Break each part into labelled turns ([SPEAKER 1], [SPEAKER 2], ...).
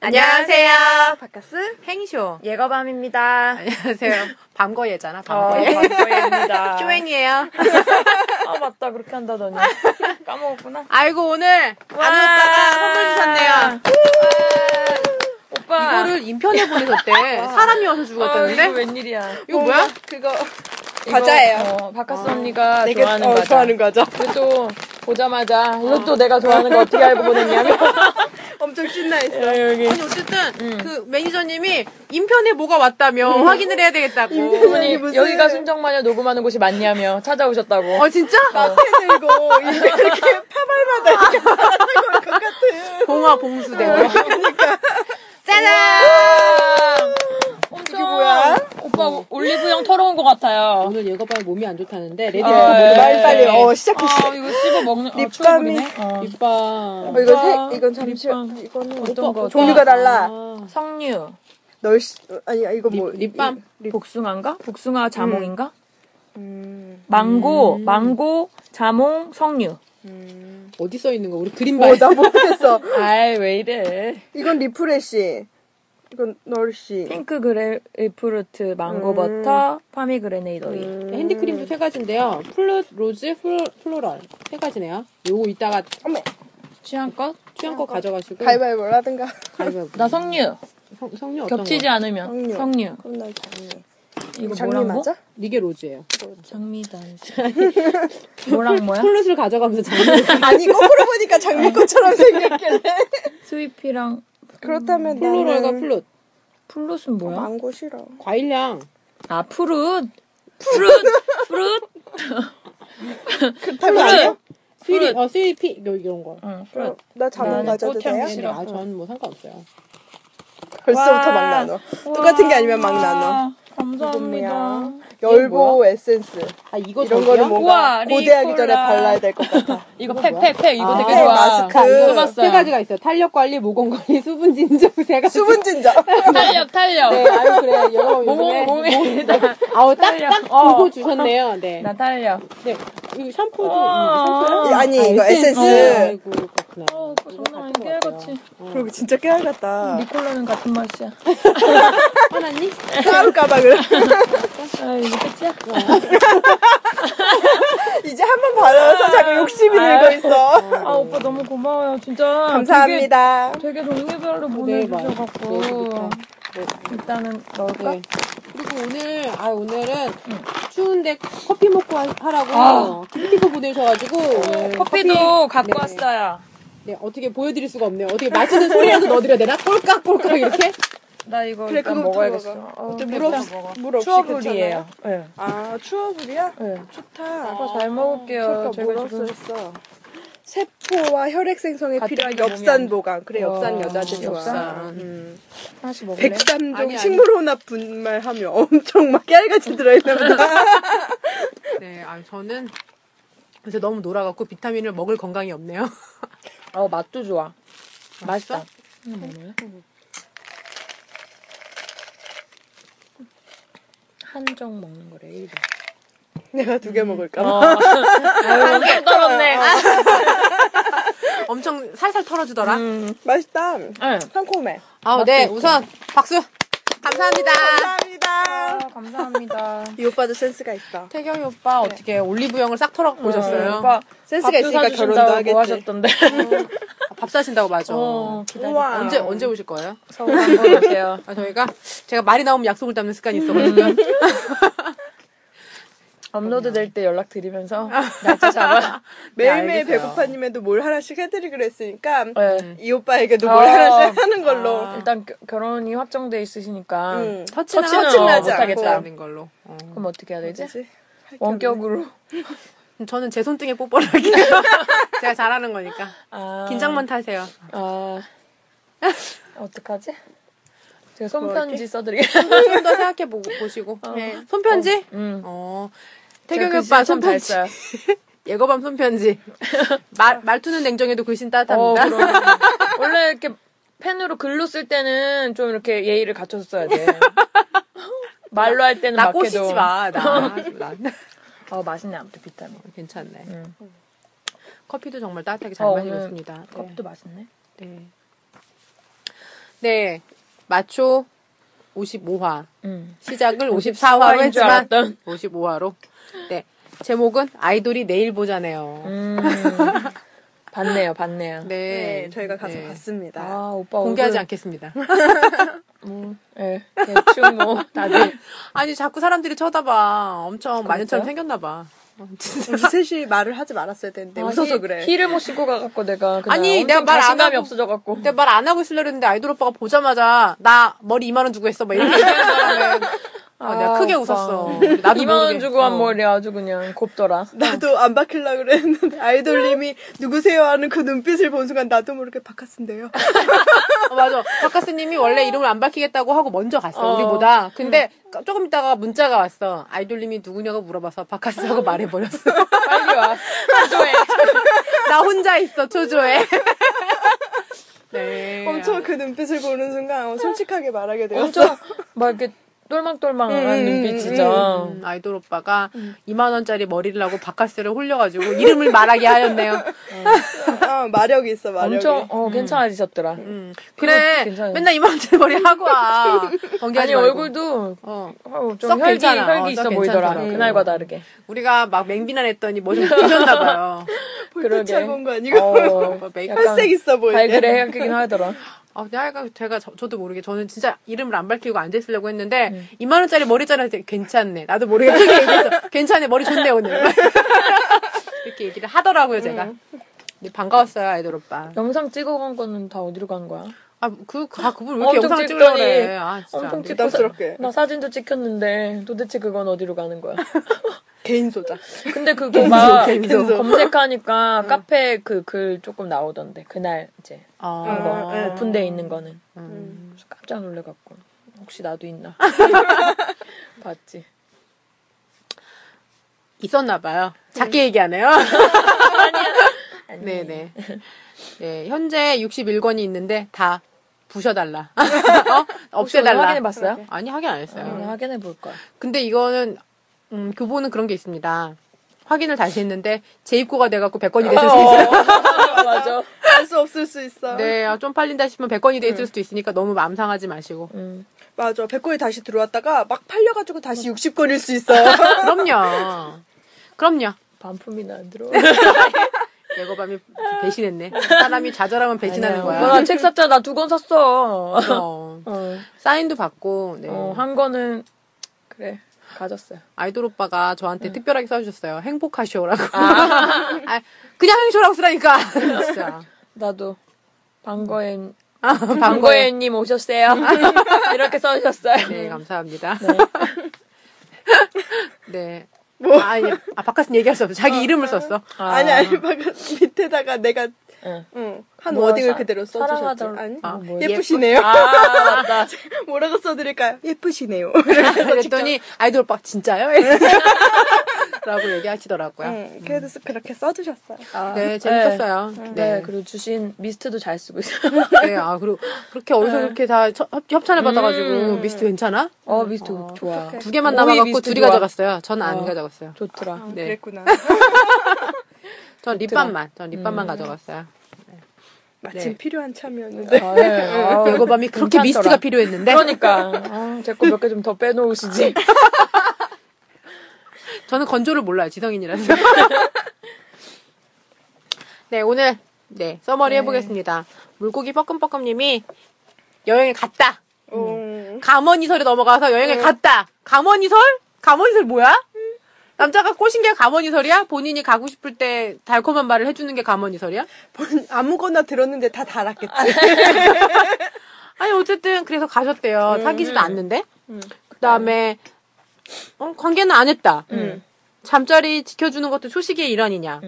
[SPEAKER 1] 안녕하세요.
[SPEAKER 2] 바카스
[SPEAKER 1] 행쇼.
[SPEAKER 2] 예거밤입니다. 어.
[SPEAKER 1] 안녕하세요. 밤거예잖아, 밤거예.
[SPEAKER 2] 반갑습니다.
[SPEAKER 1] 쇼행이에요.
[SPEAKER 2] 뭐 아 맞다 그렇게 한다더니 까먹었구나.
[SPEAKER 1] 아이고, 오늘 안오빠가 선물 주셨네요.
[SPEAKER 2] 오빠
[SPEAKER 1] 이거를 인편에 보내셨대. 사람이 와서 주고
[SPEAKER 2] 아, 이거
[SPEAKER 1] 왔다는데?
[SPEAKER 2] 웬일이야?
[SPEAKER 1] 이거 뭐야?
[SPEAKER 2] 그거
[SPEAKER 3] 과자예요.
[SPEAKER 2] 이거, 어, 바카스 언니가
[SPEAKER 3] 내게
[SPEAKER 2] 좋아하는
[SPEAKER 3] 어,
[SPEAKER 2] 과자.
[SPEAKER 3] 좋아하는 과자.
[SPEAKER 2] 그래도 보자마자 이것도 내가 좋아하는 거 어떻게 알고 보냈냐면
[SPEAKER 3] 엄청 신나했어.
[SPEAKER 2] 여기
[SPEAKER 1] 아니, 어쨌든, 그 매니저님이 인편에 뭐가 왔다며 확인을 해야 되겠다고.
[SPEAKER 2] 분이
[SPEAKER 3] 무슨-
[SPEAKER 2] 여기가 순정마녀 녹음하는 곳이 맞냐며 찾아오셨다고.
[SPEAKER 1] 어, 진짜?
[SPEAKER 3] 카페 들고 이렇게 파발마다 이렇게 말하는 것 같아.
[SPEAKER 1] 아. 봉화 봉수대고.
[SPEAKER 2] 짜잔! 엄청
[SPEAKER 3] 뭐야?
[SPEAKER 2] 오빠 올리브영 털어온 것 같아요.
[SPEAKER 1] 오늘 얘가 봐야 몸이 안 좋다는데, 레디
[SPEAKER 2] 어, 예.
[SPEAKER 3] 말 빨리 어 시작했어.
[SPEAKER 2] 아, 이거 씹어 먹는
[SPEAKER 3] 립밤이-
[SPEAKER 2] 어.
[SPEAKER 1] 이뻐.
[SPEAKER 3] 어,
[SPEAKER 2] 오빠,
[SPEAKER 3] 이거 색 이건 잠시
[SPEAKER 2] 립밤.
[SPEAKER 3] 이거는
[SPEAKER 2] 어떤 거? 아.
[SPEAKER 3] 종류가 달라.
[SPEAKER 2] 석류,
[SPEAKER 3] 널 시- 아니 이거 뭐
[SPEAKER 1] 립- 립밤?
[SPEAKER 3] 이- 립-
[SPEAKER 2] 예. 복숭아인가? 복숭아 자몽인가?
[SPEAKER 3] 음.
[SPEAKER 2] 망고, 망고, 자몽, 석류.
[SPEAKER 1] 어디 써 있는 거? 우리 그림발.
[SPEAKER 3] 어나 모르겠어.
[SPEAKER 2] 아이 왜 이래?
[SPEAKER 3] 이건 리프레시. 이건 널시.
[SPEAKER 2] 핑크 그레이프루트, 망고
[SPEAKER 3] 음.
[SPEAKER 2] 버터, 파미그레네이드 오일.
[SPEAKER 1] 핸드크림도 세 가지인데요. 플룻, 로즈, 플로, 플로럴. 세 가지네요. 요거 이따가
[SPEAKER 2] 취향껏?
[SPEAKER 1] 취향껏 가져가시고.
[SPEAKER 3] 가위바위보라든가.
[SPEAKER 1] 가위바위보.
[SPEAKER 2] 나 석류.
[SPEAKER 1] 성, 성류 어떤
[SPEAKER 2] 겹치지
[SPEAKER 1] 거?
[SPEAKER 2] 않으면
[SPEAKER 3] 석류.
[SPEAKER 2] 석류.
[SPEAKER 3] 그럼 나 장미.
[SPEAKER 2] 이거
[SPEAKER 3] 장미
[SPEAKER 2] 뭐랑
[SPEAKER 3] 맞아?
[SPEAKER 1] 이게 로즈예요.
[SPEAKER 2] 장미단. 뭐랑 뭐야?
[SPEAKER 1] 플룻을 가져가면서
[SPEAKER 2] 음.
[SPEAKER 1] 장르.
[SPEAKER 3] 아니 거꾸로 보니까 장미꽃처럼 생겼길래.
[SPEAKER 2] 스위피랑
[SPEAKER 3] 그렇다면
[SPEAKER 1] 플로럴과
[SPEAKER 3] 나는
[SPEAKER 1] 플룻.
[SPEAKER 2] 플룻은 뭐야?
[SPEAKER 3] 망고 싫어.
[SPEAKER 1] 과일량.
[SPEAKER 2] 아, 푸릇. 푸릇. 푸릇.
[SPEAKER 3] 그렇다면 아니요?
[SPEAKER 1] 스위리, 어, 스위피, 요, 이런 거.
[SPEAKER 2] 응,
[SPEAKER 3] 그럼
[SPEAKER 2] 푸릇.
[SPEAKER 3] 어, 나 자몽
[SPEAKER 2] 나는
[SPEAKER 3] 가져도
[SPEAKER 2] 꽃향이
[SPEAKER 3] 돼요?
[SPEAKER 2] 싫어.
[SPEAKER 1] 네네, 아, 전 뭐 상관없어요.
[SPEAKER 3] 벌써부터
[SPEAKER 2] 와.
[SPEAKER 3] 막 나눠. 똑같은 게 아니면 막 나눠.
[SPEAKER 2] 와, 감사합니다.
[SPEAKER 3] 뭐야? 열보 에센스.
[SPEAKER 1] 아, 이거
[SPEAKER 3] 이런
[SPEAKER 1] 저기요?
[SPEAKER 3] 거를 뭔가
[SPEAKER 2] 우와,
[SPEAKER 3] 고대하기 전에
[SPEAKER 2] 리콜라.
[SPEAKER 3] 발라야 될 것 같아.
[SPEAKER 2] 이거
[SPEAKER 1] 이건 뭐야?
[SPEAKER 2] 팩팩팩 이거
[SPEAKER 1] 아,
[SPEAKER 2] 되게
[SPEAKER 3] 팩,
[SPEAKER 2] 좋아.
[SPEAKER 3] 마스크.
[SPEAKER 2] 써봤어요.
[SPEAKER 1] 세 가지가 있어요. 탄력 관리, 모공 관리, 수분 진정 세 가지.
[SPEAKER 3] 수분 진정.
[SPEAKER 2] 탄력 탄력.
[SPEAKER 1] 네, 아유 그래. 여러분
[SPEAKER 2] 모공
[SPEAKER 1] 요즘에
[SPEAKER 2] 모공.
[SPEAKER 1] 아우 딱딱
[SPEAKER 2] 탄력.
[SPEAKER 1] 보고
[SPEAKER 2] 어.
[SPEAKER 1] 주셨네요. 네.
[SPEAKER 2] 나 탄력.
[SPEAKER 1] 네. 이 샴푸도
[SPEAKER 2] 어.
[SPEAKER 1] 샴푸요?
[SPEAKER 3] 이- 아니,
[SPEAKER 1] 아,
[SPEAKER 3] 이거 에센스.
[SPEAKER 1] 아이고 그렇구나.
[SPEAKER 2] 어,
[SPEAKER 1] 이거
[SPEAKER 2] 장난 아니
[SPEAKER 1] 같은 것
[SPEAKER 2] 깨알같이.
[SPEAKER 3] 그리고 진짜 깨알 같다.
[SPEAKER 2] 니콜라는 같은 맛이야.
[SPEAKER 1] 화났니?
[SPEAKER 3] 싸울 가방을.
[SPEAKER 2] 아, 이게 끝이야?
[SPEAKER 3] 이제 한 번 바라서 자꾸 욕심이
[SPEAKER 2] 아유.
[SPEAKER 3] 들고 있어.
[SPEAKER 2] 아, 오빠 너무 고마워요. 진짜.
[SPEAKER 3] 감사합니다.
[SPEAKER 2] 되게, 되게 종류별로
[SPEAKER 1] 네,
[SPEAKER 2] 보내주셔갖고.
[SPEAKER 1] 맞아요. 네,
[SPEAKER 2] 일단은 넣을까?
[SPEAKER 1] 네. 그리고 오늘 아 오늘은 추운데 커피 먹고 하- 하라고
[SPEAKER 2] 아.
[SPEAKER 1] 스티커 보내셔가지고
[SPEAKER 2] 커피도
[SPEAKER 1] 네.
[SPEAKER 2] 갖고 왔어요.
[SPEAKER 1] 네 어떻게 보여드릴 수가 없네요. 어떻게 맛있는 소리라도 넣어드려야 되나? 꼴깍꼴깍 이렇게.
[SPEAKER 2] 나 이거
[SPEAKER 3] 그래,
[SPEAKER 2] 일단
[SPEAKER 3] 그거
[SPEAKER 2] 먹어야겠어.
[SPEAKER 3] 들어가.
[SPEAKER 2] 어,
[SPEAKER 3] 어때,
[SPEAKER 2] 일단
[SPEAKER 3] 물없-
[SPEAKER 2] 먹어.
[SPEAKER 3] 물 없이
[SPEAKER 2] 추어불이에요.
[SPEAKER 3] 괜찮아요?
[SPEAKER 2] 예. 네.
[SPEAKER 3] 아, 추어불이야?
[SPEAKER 2] 네.
[SPEAKER 3] 좋다. 어,
[SPEAKER 2] 오빠 잘 먹을게요.
[SPEAKER 3] 그러니까
[SPEAKER 2] 제가
[SPEAKER 3] 뭐라고
[SPEAKER 2] 지금
[SPEAKER 3] 써있어. 세포와 혈액 생성에
[SPEAKER 2] 같은
[SPEAKER 3] 필요한
[SPEAKER 2] 몸이
[SPEAKER 3] 엽산
[SPEAKER 2] 아니-
[SPEAKER 3] 보강. 그래, 엽산
[SPEAKER 2] 와,
[SPEAKER 3] 여자들 좋아.
[SPEAKER 2] 엽산.
[SPEAKER 3] 음.
[SPEAKER 2] 하나씩 먹을래?
[SPEAKER 3] 103종
[SPEAKER 1] 아니, 아니.
[SPEAKER 3] 식물혼합 분말하며 엄청 막 깨알같이 들어있나 보다.
[SPEAKER 1] 네, 아 저는 요새 너무 놀아갖고 비타민을 먹을 건강이 없네요.
[SPEAKER 2] 어, 맛도 좋아. 맛있어? 한정 먹는 거래, 일번
[SPEAKER 3] 내가 두 개 먹을까? 봐.
[SPEAKER 2] 한개 떨었네.
[SPEAKER 1] 엄청 살살 털어주더라.
[SPEAKER 2] 음.
[SPEAKER 3] 맛있다.
[SPEAKER 2] 네.
[SPEAKER 3] 상콤해.
[SPEAKER 1] 아, 네, 우선 박수. 감사합니다.
[SPEAKER 3] 감사합니다.
[SPEAKER 2] 아, 감사합니다.
[SPEAKER 3] 이 오빠도 센스가 있어.
[SPEAKER 1] 태경이 오빠 어떻게 올리브영을 싹 털어갖고 네. 음, 오셨어요.
[SPEAKER 2] 오빠
[SPEAKER 3] 센스가 있으니까 결혼도 하겠지.
[SPEAKER 2] 뭐 하셨던데.
[SPEAKER 1] 아, 밥 사신다고 맞아.
[SPEAKER 2] 어, 기다려.
[SPEAKER 3] 우와.
[SPEAKER 1] 언제 언제 오실 거예요?
[SPEAKER 2] 서울 한번 올게요.
[SPEAKER 1] 아, 저희가 제가 말이 나오면 약속을 잡는 습관이 있어가지고
[SPEAKER 2] 업로드 될 때 연락 드리면서 날짜 잡아.
[SPEAKER 3] 매일매일
[SPEAKER 2] 네, 알겠어요.
[SPEAKER 3] 배고파님에도 뭘 하나씩 해드리기로 했으니까
[SPEAKER 2] 네.
[SPEAKER 3] 이 오빠에게도
[SPEAKER 2] 어.
[SPEAKER 3] 뭘 하나씩 하는 걸로.
[SPEAKER 1] 아.
[SPEAKER 2] 일단 겨- 결혼이 확정돼 있으니까
[SPEAKER 3] 음.
[SPEAKER 1] 터치는
[SPEAKER 2] 터치는
[SPEAKER 3] 하지
[SPEAKER 1] 못
[SPEAKER 3] 않고.
[SPEAKER 1] 하겠다. 는 걸로. 어.
[SPEAKER 2] 그럼 어떻게 해야 되지?
[SPEAKER 3] 뭐지? 할게 없네.
[SPEAKER 2] 원격으로.
[SPEAKER 1] 저는 제 손등에 뽀뽀를 할게요. 제가 잘하는 거니까.
[SPEAKER 2] 아,
[SPEAKER 1] 긴장만 타세요.
[SPEAKER 2] 아 어떡하지? 제가 손편지 써드리겠습니다.
[SPEAKER 1] 좀 더 생각해 보고 보시고.
[SPEAKER 3] 네.
[SPEAKER 1] 어. 손편지?
[SPEAKER 2] 음.
[SPEAKER 1] 어.
[SPEAKER 2] 제가
[SPEAKER 1] 태경이
[SPEAKER 2] 글씨를
[SPEAKER 1] 오빠
[SPEAKER 2] 참 잘
[SPEAKER 1] 손편지.
[SPEAKER 2] 써요.
[SPEAKER 1] 예거밤 손편지. 말, 말투는 냉정해도 글씨는 따뜻합니다.
[SPEAKER 2] 어, 그럼. 원래 이렇게 펜으로 글로 쓸 때는 좀 이렇게 예의를 갖춰서 써야 돼. 말로 할 때는
[SPEAKER 1] 나
[SPEAKER 2] 막해도.
[SPEAKER 1] 꼬시지 마. 나. 나.
[SPEAKER 2] 어, 맛있네, 아무튼 비타민.
[SPEAKER 1] 괜찮네.
[SPEAKER 2] 음.
[SPEAKER 1] 커피도 정말 따뜻하게 잘
[SPEAKER 2] 어,
[SPEAKER 1] 마시고
[SPEAKER 2] 오늘
[SPEAKER 1] 있습니다. 네.
[SPEAKER 2] 컵도 맛있네.
[SPEAKER 1] 네. 네. 마초 55화.
[SPEAKER 2] 음.
[SPEAKER 1] 시작을 54화로
[SPEAKER 2] 인줄
[SPEAKER 1] 했지만
[SPEAKER 2] 알았던.
[SPEAKER 1] 55화로. 네. 제목은 아이돌이 내일 보자네요.
[SPEAKER 2] 음. 봤네요, 봤네요.
[SPEAKER 3] 네, 저희가 가서
[SPEAKER 1] 네.
[SPEAKER 3] 봤습니다.
[SPEAKER 2] 아, 오빠
[SPEAKER 1] 공개하지
[SPEAKER 2] 얼굴,
[SPEAKER 1] 않겠습니다.
[SPEAKER 2] 뭐, 예, 대충 뭐, 다들.
[SPEAKER 1] 아니 자꾸 사람들이 쳐다봐. 엄청 마녀처럼 생겼나 봐. 어, 진짜.
[SPEAKER 3] 우리 셋이 말을 하지 말았어야 되는데 웃어서
[SPEAKER 2] 아, 히-
[SPEAKER 3] 그래.
[SPEAKER 2] 힐을 못 신고 가갖고 내가. 그날
[SPEAKER 1] 네, 아니,
[SPEAKER 2] 엄청
[SPEAKER 1] 내가 말안
[SPEAKER 2] 자신감이
[SPEAKER 1] 하고-
[SPEAKER 2] 없어져갖고.
[SPEAKER 1] 근데 말 안 하고 있으려 했는데 아이돌 오빠가 보자마자 나 머리 2만 원 주고 했어. 막 이렇게 얘기하는 사람에 어, 내가
[SPEAKER 2] 아,
[SPEAKER 1] 크게
[SPEAKER 2] 오빠.
[SPEAKER 1] 웃었어. 나도
[SPEAKER 2] 2만원
[SPEAKER 1] 모르게.
[SPEAKER 2] 주고 한
[SPEAKER 1] 어.
[SPEAKER 2] 머리 아주 그냥 곱더라.
[SPEAKER 3] 나도 안 박힐라 그랬는데 아이돌님이 누구세요 하는 그 눈빛을 본 순간 나도 모르게 박카스인데요.
[SPEAKER 1] 어, 맞아. 박카스님이 원래 이름을 안 밝히겠다고 하고 먼저 갔어
[SPEAKER 2] 어. 음.
[SPEAKER 1] 우리보다. 근데 조금 있다가 문자가 왔어. 아이돌님이 누구냐고 물어봐서 박카스라고 말해버렸어.
[SPEAKER 2] 음. 빨리 와. 초조해.
[SPEAKER 1] 나 혼자 있어 초조해. 네.
[SPEAKER 3] 엄청 그 눈빛을 보는 순간 어, 솔직하게 말하게 되었어.
[SPEAKER 2] 엄청 막 이렇게 똘망똘망한
[SPEAKER 3] 음,
[SPEAKER 2] 눈빛 진짜.
[SPEAKER 1] 음, 아이돌 오빠가 2만 원짜리 머리를 하고 바카스를 홀려가지고 이름을 말하게 하였네요.
[SPEAKER 3] 어, 마력이 있어 마력이.
[SPEAKER 2] 엄청 어 괜찮아지셨더라.
[SPEAKER 1] 음, 그래
[SPEAKER 2] 괜찮아요.
[SPEAKER 1] 맨날 2만 원짜리 머리 하고 와.
[SPEAKER 2] 아니
[SPEAKER 1] 번개하지 말고.
[SPEAKER 2] 얼굴도
[SPEAKER 1] 어.
[SPEAKER 2] 어,
[SPEAKER 1] 썩
[SPEAKER 2] 좀 혈기
[SPEAKER 1] 괜찮아. 어,
[SPEAKER 2] 혈기
[SPEAKER 1] 썩
[SPEAKER 2] 있어 보이더라.
[SPEAKER 1] 괜찮더라.
[SPEAKER 2] 그날과 다르게.
[SPEAKER 1] 우리가 막 맹비난했더니 뭐 좀 뒤졌나 봐요.
[SPEAKER 3] 볼트 차고 온거 아니고
[SPEAKER 2] 어,
[SPEAKER 1] 뭐 메이크업
[SPEAKER 2] 약간
[SPEAKER 3] 혈색 있어 보이네.
[SPEAKER 2] 발그레 혈기긴 하더라.
[SPEAKER 1] 아, 근데 하여간 제가 저, 도 모르게 저는 진짜 이름을 안 밝히고 앉아 있으려고 했는데
[SPEAKER 2] 네.
[SPEAKER 1] 2만 원짜리 머리 자를 때 괜찮네. 나도 모르게 크게 얘기했어. 괜찮네. 머리 좋네 오늘. 이렇게 얘기를 하더라고요 제가.
[SPEAKER 2] 음.
[SPEAKER 1] 근데 반가웠어요 아이돌 오빠.
[SPEAKER 2] 영상 찍어간 거는 다 어디로 간 거야?
[SPEAKER 1] 아 그 아, 그분 왜 이렇게
[SPEAKER 2] 엄청
[SPEAKER 1] 영상 찍으려
[SPEAKER 2] 찍더니,
[SPEAKER 1] 그래. 아 진짜.
[SPEAKER 2] 엄청
[SPEAKER 1] 찍.
[SPEAKER 2] 찍-
[SPEAKER 3] 부담스럽게
[SPEAKER 2] 나 사진도 찍혔는데 도대체 그건 어디로 가는 거야?
[SPEAKER 3] 개인 소자.
[SPEAKER 2] 근데 그거 막
[SPEAKER 1] 갱소, 갱소.
[SPEAKER 2] 검색하니까 카페 그 글 조금 나오던데 그날 이제
[SPEAKER 1] 아,
[SPEAKER 2] 한거
[SPEAKER 3] 네.
[SPEAKER 2] 오픈돼 있는 거는
[SPEAKER 1] 음.
[SPEAKER 2] 그래서 깜짝 놀래갖고 혹시 나도 있나 봤지.
[SPEAKER 1] 있었나 봐요. 작게 얘기하네요.
[SPEAKER 2] 음. 아니.
[SPEAKER 1] 네네. 네, 현재 61권이 있는데 다 부셔달라. 어?
[SPEAKER 2] 혹시 오늘
[SPEAKER 1] 없애달라. 음.
[SPEAKER 2] 확인해봤어요? 음,
[SPEAKER 1] 아니 확인 안 했어요.
[SPEAKER 2] 오늘 확인해 볼 거야.
[SPEAKER 1] 근데 이거는 음, 교보는 그런 게 있습니다. 확인을 다시 했는데 재입고가 돼갖고 100건이 됐을 수 있어요.
[SPEAKER 2] 맞아. 맞아.
[SPEAKER 3] 알 수 없을 수 있어.
[SPEAKER 1] 네, 아, 좀 팔린다 싶으면 100건이 돼
[SPEAKER 2] 네.
[SPEAKER 1] 있을 수도 있으니까 너무 마음 상하지 마시고.
[SPEAKER 2] 음.
[SPEAKER 3] 맞아. 100권이 다시 들어왔다가 막 팔려가지고 다시 60권일 수 있어.
[SPEAKER 1] 아. 그럼요. 그럼요.
[SPEAKER 2] 반품이나 안 들어.
[SPEAKER 1] 예고밤이 배신했네. 사람이 좌절하면 배신하는 거야.
[SPEAKER 2] 나책 샀잖아. 나 두 권 샀어.
[SPEAKER 1] 어,
[SPEAKER 2] 어.
[SPEAKER 1] 사인도 받고, 네.
[SPEAKER 2] 어, 한 거는 그래 가졌어요.
[SPEAKER 1] 아이돌 오빠가 저한테
[SPEAKER 2] 네.
[SPEAKER 1] 특별하게 써주셨어요. 행복하쇼라고. 아, 그냥 행쇼라고 쓰라니까. 진짜.
[SPEAKER 2] 나도 방거엔
[SPEAKER 1] 아, 방거에.
[SPEAKER 2] 방거엔님 오셨어요. 이렇게 써주셨어요.
[SPEAKER 1] 네, 감사합니다. 네.
[SPEAKER 3] 뭐.
[SPEAKER 1] 아, 예. 아, 바깥은 얘기할 수 없어. 자기 이름을 썼어.
[SPEAKER 2] 아.
[SPEAKER 3] 아니 아니 방금 밑에다가 내가
[SPEAKER 2] 응.
[SPEAKER 3] 응, 한
[SPEAKER 2] 뭐,
[SPEAKER 3] 워딩을
[SPEAKER 2] 사-
[SPEAKER 3] 그대로 써주셨지.
[SPEAKER 2] 사랑하다-
[SPEAKER 3] 아니
[SPEAKER 2] 아, 뭐,
[SPEAKER 3] 예쁘시네요.
[SPEAKER 2] 아 맞다.
[SPEAKER 3] 뭐라고 써드릴까요? 예쁘시네요.
[SPEAKER 1] 그랬더니 아이돌 오빠 진짜요? 라고 얘기하시더라고요.
[SPEAKER 3] 응, 그래도 쓰- 그렇게 써주셨어요.
[SPEAKER 1] 네, 재밌었어요.
[SPEAKER 2] 아. 네.
[SPEAKER 1] 네.
[SPEAKER 2] 그리고 주신 미스트도 잘 쓰고 있어요.
[SPEAKER 1] 네, 아, 그리고 그렇게 어디서
[SPEAKER 2] 네.
[SPEAKER 1] 그렇게 다 협, 협찬을 받아가지고 미스트 괜찮아?
[SPEAKER 2] 어 미스트 좋아.
[SPEAKER 1] 두 개만
[SPEAKER 2] 음. 오이
[SPEAKER 1] 남아갖고
[SPEAKER 2] 미스트
[SPEAKER 1] 둘이
[SPEAKER 2] 좋아.
[SPEAKER 1] 가져갔어요. 전 안
[SPEAKER 2] 어.
[SPEAKER 1] 가져갔어요.
[SPEAKER 2] 좋더라.
[SPEAKER 1] 네.
[SPEAKER 3] 아, 그랬구나.
[SPEAKER 1] 전 립밤만, 전
[SPEAKER 2] 음.
[SPEAKER 1] 립밤만 가져갔어요.
[SPEAKER 3] 마침
[SPEAKER 1] 네.
[SPEAKER 3] 필요한 참이었는데.
[SPEAKER 2] 아, 예. 아,
[SPEAKER 1] 예고밤이 그렇게
[SPEAKER 2] 괜찮더라.
[SPEAKER 1] 미스트가 필요했는데
[SPEAKER 2] 그러니까 제 거 몇 개 좀 더 빼놓으시지.
[SPEAKER 1] 저는 건조를 몰라요. 지성인이라서. 네, 오늘 네 써머리 해보겠습니다. 물고기 뻐끔뻐끔님이 여행을 갔다.
[SPEAKER 3] 음.
[SPEAKER 1] 감원이설에 넘어가서 여행을 갔다. 감원이설? 감원이설 뭐야? 남자가 꼬신 게 감원이설이야? 본인이 가고 싶을 때 달콤한 말을 해주는 게 감원이설이야?
[SPEAKER 3] 본- 아무거나 들었는데 다 달았겠지.
[SPEAKER 1] 아니 어쨌든 그래서 가셨대요. 사귀지도 않는데. 그다음에 어, 관계는 안 했다. 잠자리 지켜주는 것도 소식의 일환이냐.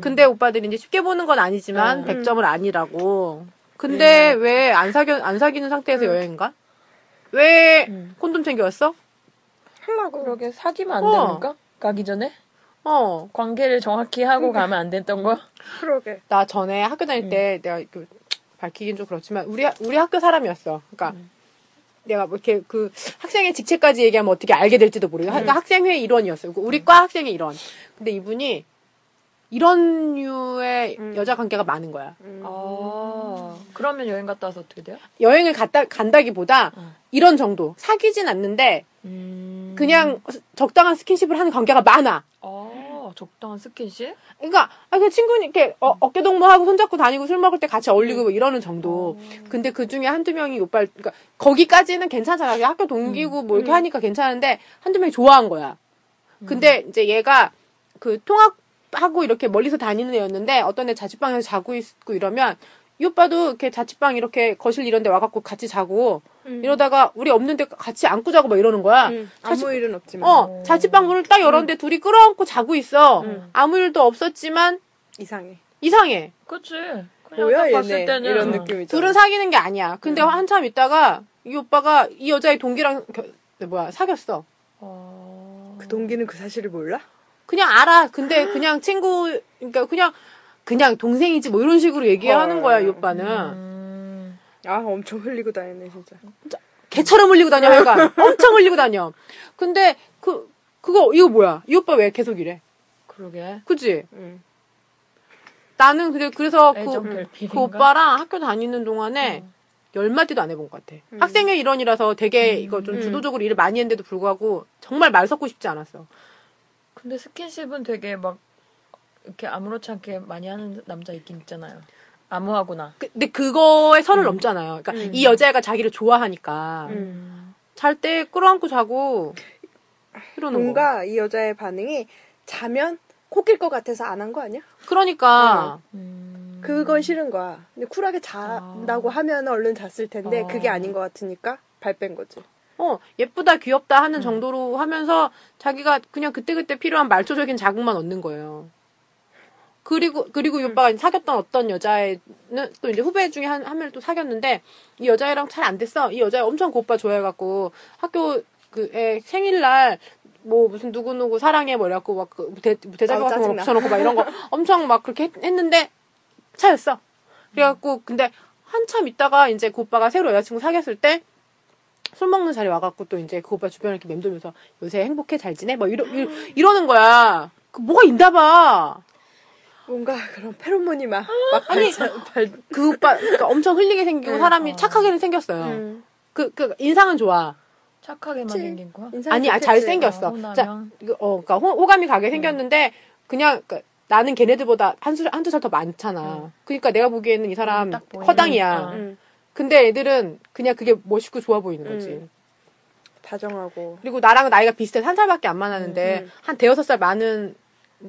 [SPEAKER 1] 근데 오빠들이 이제 쉽게 보는 건 아니지만 100점을 아니라고. 근데 왜 안 사귀 안 사귀는 상태에서 여행가? 왜 콘돔 챙겨왔어?
[SPEAKER 3] 하려고.
[SPEAKER 2] 그러게 사귀면 안
[SPEAKER 1] 어.
[SPEAKER 2] 되는가? 가기 전에
[SPEAKER 1] 어.
[SPEAKER 2] 관계를 정확히 하고 가면 안 됐던 거야.
[SPEAKER 3] 그러게.
[SPEAKER 1] 나 전에 학교
[SPEAKER 2] 음.
[SPEAKER 1] 다닐 때 내가 그 밝히긴 좀 그렇지만 우리 학- 우리 학교 사람이었어. 그러니까
[SPEAKER 2] 음.
[SPEAKER 1] 내가 뭐 이렇게 그 학생의 직책까지 얘기하면
[SPEAKER 2] 음.
[SPEAKER 1] 그러니까 어떻게 알게 될지도 모르고 요 그러니까 학생회 일원이었어요. 우리 과 학생회 일원. 근데 이분이 이런 류의
[SPEAKER 3] 음.
[SPEAKER 1] 여자 관계가 많은 거야.
[SPEAKER 2] 아, 그러면 여행 갔다 와서 어떻게 돼요?
[SPEAKER 1] 여행을 갔다 간다기보다
[SPEAKER 2] 어.
[SPEAKER 1] 이런 정도 사귀진 않는데
[SPEAKER 2] 음.
[SPEAKER 1] 그냥 적당한 스킨십을 하는 관계가 많아.
[SPEAKER 2] 아, 적당한 스킨십?
[SPEAKER 1] 그러니까 아, 그 친구 이렇게 어, 깨 동무하고 손잡고 다니고 술 먹을 때 같이 어울리고 뭐 이러는 정도. 근데 그 중에 한두 명이 오빠를 그러니까 거기까지는 괜찮잖아. 그냥 학교 동기고 뭐 이렇게
[SPEAKER 3] 음.
[SPEAKER 1] 하니까 괜찮은데 한두 명이 좋아한 거야. 근데
[SPEAKER 3] 음.
[SPEAKER 1] 이제 얘가 그 통학하고 이렇게 멀리서 다니는 애였는데 어떤 애 자취방에서 자고 있고 이러면 이 오빠도 이렇게 자취방 이렇게 거실 이런 데 와갖고 같이 자고 이러다가 우리 없는데 같이 안고 자고 막 이러는 거야.
[SPEAKER 3] 음,
[SPEAKER 1] 사실-
[SPEAKER 3] 아무 일은 없지만
[SPEAKER 1] 어, 자취방 문을 딱 열었는데 둘이 끌어안고 자고 있어.
[SPEAKER 3] 음.
[SPEAKER 1] 아무 일도 없었지만
[SPEAKER 3] 이상해.
[SPEAKER 1] 이상해.
[SPEAKER 2] 그치. 그냥
[SPEAKER 3] 뭐야
[SPEAKER 2] 딱
[SPEAKER 3] 얘네
[SPEAKER 2] 봤을 때는.
[SPEAKER 3] 이런
[SPEAKER 2] 어.
[SPEAKER 3] 느낌이죠.
[SPEAKER 1] 둘은 사귀는 게 아니야. 근데 한참 있다가 이 오빠가 이 여자의 동기랑 겨- 네, 뭐야 사귀었어.
[SPEAKER 2] 어.
[SPEAKER 3] 그 동기는 그 사실을 몰라?
[SPEAKER 1] 그냥 알아. 근데 그냥 친구, 그러니까 그냥 그냥 동생이지 뭐 이런 식으로 얘기하는
[SPEAKER 3] 헐.
[SPEAKER 1] 거야 이 오빠는.
[SPEAKER 2] 음.
[SPEAKER 3] 아 엄청 흘리고 다니네 진짜. 음.
[SPEAKER 1] 개처럼 흘리고 다녀 얘가 엄청 흘리고 다녀. 근데 그 그거 이거 뭐야? 이 오빠 왜 계속 이래?
[SPEAKER 2] 그러게.
[SPEAKER 1] 그지?
[SPEAKER 3] 음.
[SPEAKER 1] 나는 근데 그래서 그,
[SPEAKER 2] 애정 결핍인가?
[SPEAKER 1] 그 오빠랑 학교 다니는 동안에 열 마디도 안 해본 것 같아. 학생회 일원이라서 되게 이거 좀
[SPEAKER 3] 음.
[SPEAKER 1] 주도적으로 일을 많이 했는데도 불구하고 정말 말 섞고 싶지 않았어.
[SPEAKER 2] 근데 스킨십은 되게 막 이렇게 아무렇지 않게 많이 하는 남자 있긴 있잖아요. 아무하구나.
[SPEAKER 1] 그- 근데 그거에 선을 넘잖아요. 그러니까
[SPEAKER 3] 음.
[SPEAKER 1] 이 여자애가 자기를 좋아하니까 잘 때 끌어안고 자고 이러는 거.
[SPEAKER 3] 뭔가 이 여자의 반응이 자면 코낄 것 같아서 안 한 거 아니야? 네.
[SPEAKER 1] 그러니까
[SPEAKER 2] 음.
[SPEAKER 3] 그건 싫은 거야. 근데 쿨하게 자라고 하면 얼른 잤을 텐데
[SPEAKER 2] 아.
[SPEAKER 3] 그게 아닌 것 같으니까 발 뺀 거지.
[SPEAKER 1] 어 예쁘다 귀엽다
[SPEAKER 3] 음.
[SPEAKER 1] 하는 정도로 하면서 자기가 그냥 그때그때 필요한 말초적인 자극만 얻는 거예요. 그리고 그리고
[SPEAKER 3] 음.
[SPEAKER 1] 이 오빠가 사귀었던 어떤 여자애는 또 이제 후배 중에 한 한 명을 또 사귀었는데 이 여자애랑 잘 안 됐어. 이 여자애 엄청 그 오빠 좋아해갖고 학교 그애 생일날 뭐 무슨 누구 누구 사랑해 뭐 이래갖고 막대 대자보
[SPEAKER 3] 아우,
[SPEAKER 1] 같은 거
[SPEAKER 3] 어, 짜증나.
[SPEAKER 1] 붙여놓고 막 이런 거 엄청 막 그렇게 했, 는데 차였어. 그래갖고 근데 한참 있다가 이제 그 오빠가 새로 여자친구 사귀었을 때 술 먹는 자리 와갖고 또 이제 그 오빠 주변에 이렇게 맴돌면서 요새 행복해 잘 지내 뭐 이러, 이러 이러는 거야. 그 뭐가 있나봐.
[SPEAKER 3] 뭔가 그런 페로몬이
[SPEAKER 2] 아,
[SPEAKER 3] 막, 막 발, 자- 발,
[SPEAKER 1] 그 오빠 그러니까 엄청 흘리게 생기고
[SPEAKER 3] 음,
[SPEAKER 1] 사람이
[SPEAKER 2] 어.
[SPEAKER 1] 착하게는 생겼어요.
[SPEAKER 3] 음.
[SPEAKER 1] 그, 그 인상은 좋아.
[SPEAKER 2] 착하게만
[SPEAKER 3] 그치.
[SPEAKER 2] 생긴 거야?
[SPEAKER 3] 인상이
[SPEAKER 1] 아니, 아,
[SPEAKER 3] 좋겠지.
[SPEAKER 1] 잘 생겼어.
[SPEAKER 2] 어,
[SPEAKER 1] 자,
[SPEAKER 2] 호남형.
[SPEAKER 1] 그, 어, 그러니까 호, 호감이 가게 생겼는데 그냥 그니까 나는 걔네들보다 한수 한두 살 더 많잖아.
[SPEAKER 2] 음.
[SPEAKER 1] 그러니까 내가 보기에는 이
[SPEAKER 2] 음,
[SPEAKER 1] 사람
[SPEAKER 2] 딱 보이네.
[SPEAKER 1] 허당이야.
[SPEAKER 2] 어.
[SPEAKER 3] 음.
[SPEAKER 1] 근데 애들은 그냥 그게 멋있고 좋아 보이는 거지.
[SPEAKER 3] 음. 다정하고.
[SPEAKER 1] 그리고 나랑 나이가 비슷해 한 살밖에 안 많았는데
[SPEAKER 3] 음, 음.
[SPEAKER 1] 한 대여섯 살 많은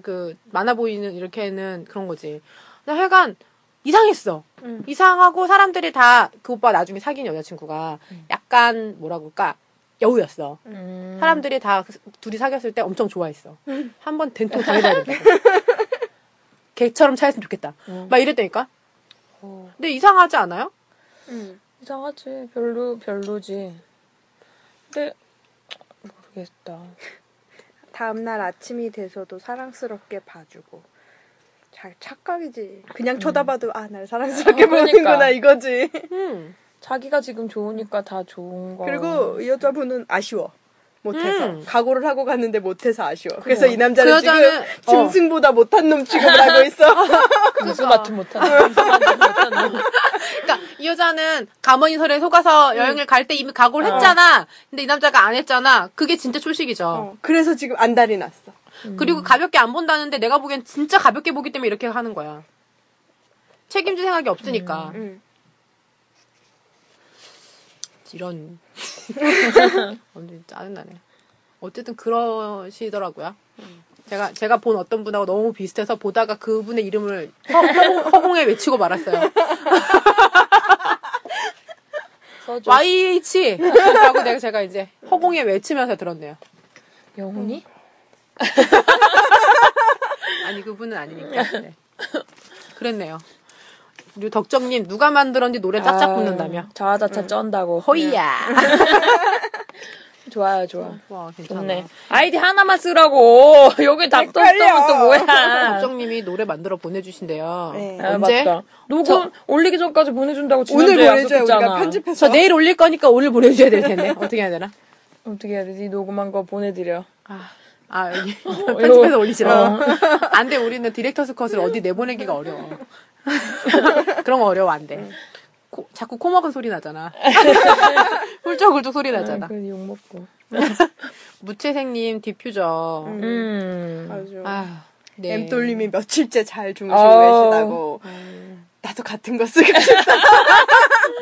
[SPEAKER 1] 그 많아 보이는 이렇게는 그런 거지. 근데 하여간 이상했어.
[SPEAKER 3] 음.
[SPEAKER 1] 이상하고 사람들이 다 그 오빠 나중에 사귄 여자친구가 약간 뭐라 그럴까 여우였어.
[SPEAKER 2] 음.
[SPEAKER 1] 사람들이 다 그- 둘이 사귀었을 때 엄청 좋아했어. 한 번 된통 당해봐야 된다. 걔처럼 차였으면 좋겠다.
[SPEAKER 2] 음.
[SPEAKER 1] 막 이랬다니까.
[SPEAKER 2] 어,
[SPEAKER 1] 근데 이상하지 않아요?
[SPEAKER 3] 음.
[SPEAKER 2] 이상하지. 별로, 별로지. 근데, 모르겠다.
[SPEAKER 3] 다음날 아침이 돼서도 사랑스럽게 봐주고. 잘 착각이지. 그냥 쳐다봐도, 아, 날 사랑스럽게
[SPEAKER 2] 어, 그러니까.
[SPEAKER 3] 보는구나, 이거지.
[SPEAKER 1] 음.
[SPEAKER 2] 자기가 지금 좋으니까 다 좋은 거.
[SPEAKER 3] 그리고 이 여자분은 아쉬워. 못해서.
[SPEAKER 1] 음.
[SPEAKER 3] 각오를 하고 갔는데 못해서 아쉬워. 그래서 이 남자는
[SPEAKER 1] 그 여자는-
[SPEAKER 3] 지금 짐승보다 못한 놈 취급을 하고 있어.
[SPEAKER 2] 무슨 맛도 못하는. 무슨 맛도 못하는.
[SPEAKER 1] 그러니까 이 여자는 가머니설에 속아서 여행을 갈 때 이미 각오를 했잖아. 근데 이 남자가 안 했잖아. 그게 진짜 초식이죠. 음.
[SPEAKER 3] 어, 그래서 지금 안달이 났어.
[SPEAKER 1] 그리고 가볍게 안 본다는데 내가 보기엔 진짜 가볍게 보기 때문에 이렇게 하는 거야. 책임질 생각이 없으니까.
[SPEAKER 3] 음.
[SPEAKER 1] 이런. 완전 짜증나네. 어쨌든 그러시더라고요. 제가, 제가 본 어떤 분하고 너무 비슷해서 보다가 그분의 이름을 허, 허공, 허공에 외치고 말았어요.
[SPEAKER 2] 써줘.
[SPEAKER 1] YH! 라고 내가 제가 이제 허공에 외치면서 들었네요.
[SPEAKER 2] 영훈이?
[SPEAKER 1] 아니 그분은 아니니까. 네. 그랬네요. 그리고 덕정님 누가 만들었는지 노래 짝짝 붙는다며.
[SPEAKER 2] 아, 네. 자화자찬 쩐다고.
[SPEAKER 1] 허이야.
[SPEAKER 2] 좋아요, 좋아.
[SPEAKER 1] 와 괜찮아.
[SPEAKER 2] 좋네. 아이디 하나만 쓰라고. 여기 답도
[SPEAKER 3] 헷갈려.
[SPEAKER 2] 없다면 또 뭐야.
[SPEAKER 1] 덕정님이 노래 만들어 보내주신대요.
[SPEAKER 3] 네.
[SPEAKER 2] 아,
[SPEAKER 1] 언제?
[SPEAKER 2] 맞다. 녹음
[SPEAKER 1] 저-
[SPEAKER 2] 올리기 전까지 보내준다고 지난주에
[SPEAKER 3] 오늘 보내줘요. 우리가
[SPEAKER 2] 약속했잖아.
[SPEAKER 1] 저
[SPEAKER 3] 편집해서.
[SPEAKER 1] 내일 올릴 거니까 오늘 보내줘야 될 텐데 어떻게 해야 되나?
[SPEAKER 2] 어떻게 해야 되지? 녹음한 거 보내드려.
[SPEAKER 1] 아, 아, 여기 편집해서 올리시라고.
[SPEAKER 2] 어.
[SPEAKER 1] 안 돼, 우리는 디렉터스 컷을 어디 내보내기가 어려워. 그런 거 어려워, 안 돼. 코- 자꾸 코 먹은 소리 나잖아. 훌쩍훌쩍 소리 나잖아.
[SPEAKER 2] 그욕 먹고.
[SPEAKER 1] 무채생님 디퓨저.
[SPEAKER 3] 음.
[SPEAKER 2] 음.
[SPEAKER 3] 아주
[SPEAKER 1] 아휴, 네.
[SPEAKER 3] 엠돌님이 며칠째 잘 주무시고
[SPEAKER 2] 아우.
[SPEAKER 3] 계시다고 나도 같은 거 쓰고 싶다.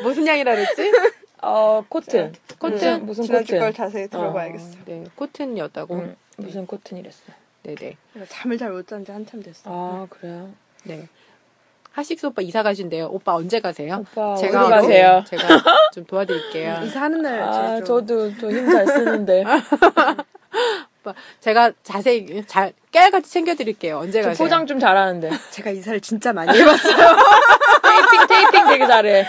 [SPEAKER 1] 무슨 양이라 그랬지?
[SPEAKER 2] 어 코튼.
[SPEAKER 1] 코튼?
[SPEAKER 2] 무슨, 무슨
[SPEAKER 3] 지난주 걸
[SPEAKER 2] 코튼?
[SPEAKER 3] 자세히 들어봐야겠어.
[SPEAKER 1] 어, 네, 코튼이었다고.
[SPEAKER 2] 음, 무슨 코튼이랬어.
[SPEAKER 1] 네네.
[SPEAKER 3] 내가 잠을 잘 못 잔 지 한참 됐어.
[SPEAKER 2] 아 그래요.
[SPEAKER 1] 네. 하식스 오빠 이사 가신대요. 오빠 언제 가세요?
[SPEAKER 2] 오빠
[SPEAKER 1] 제가
[SPEAKER 2] 어디
[SPEAKER 1] 하고
[SPEAKER 2] 가세요?
[SPEAKER 1] 제가 좀 도와드릴게요.
[SPEAKER 3] 이사하는 날
[SPEAKER 2] 아
[SPEAKER 3] 제일 좀-
[SPEAKER 2] 저도 저 힘 잘 쓰는데
[SPEAKER 3] 아,
[SPEAKER 1] 오빠, 제가 자세히 잘 깨알같이 챙겨드릴게요. 언제
[SPEAKER 2] 저
[SPEAKER 1] 가세요?
[SPEAKER 2] 포장 좀 잘하는데
[SPEAKER 3] 제가 이사를 진짜 많이 해봤어요.
[SPEAKER 2] 테이핑 테이핑 되게 잘해.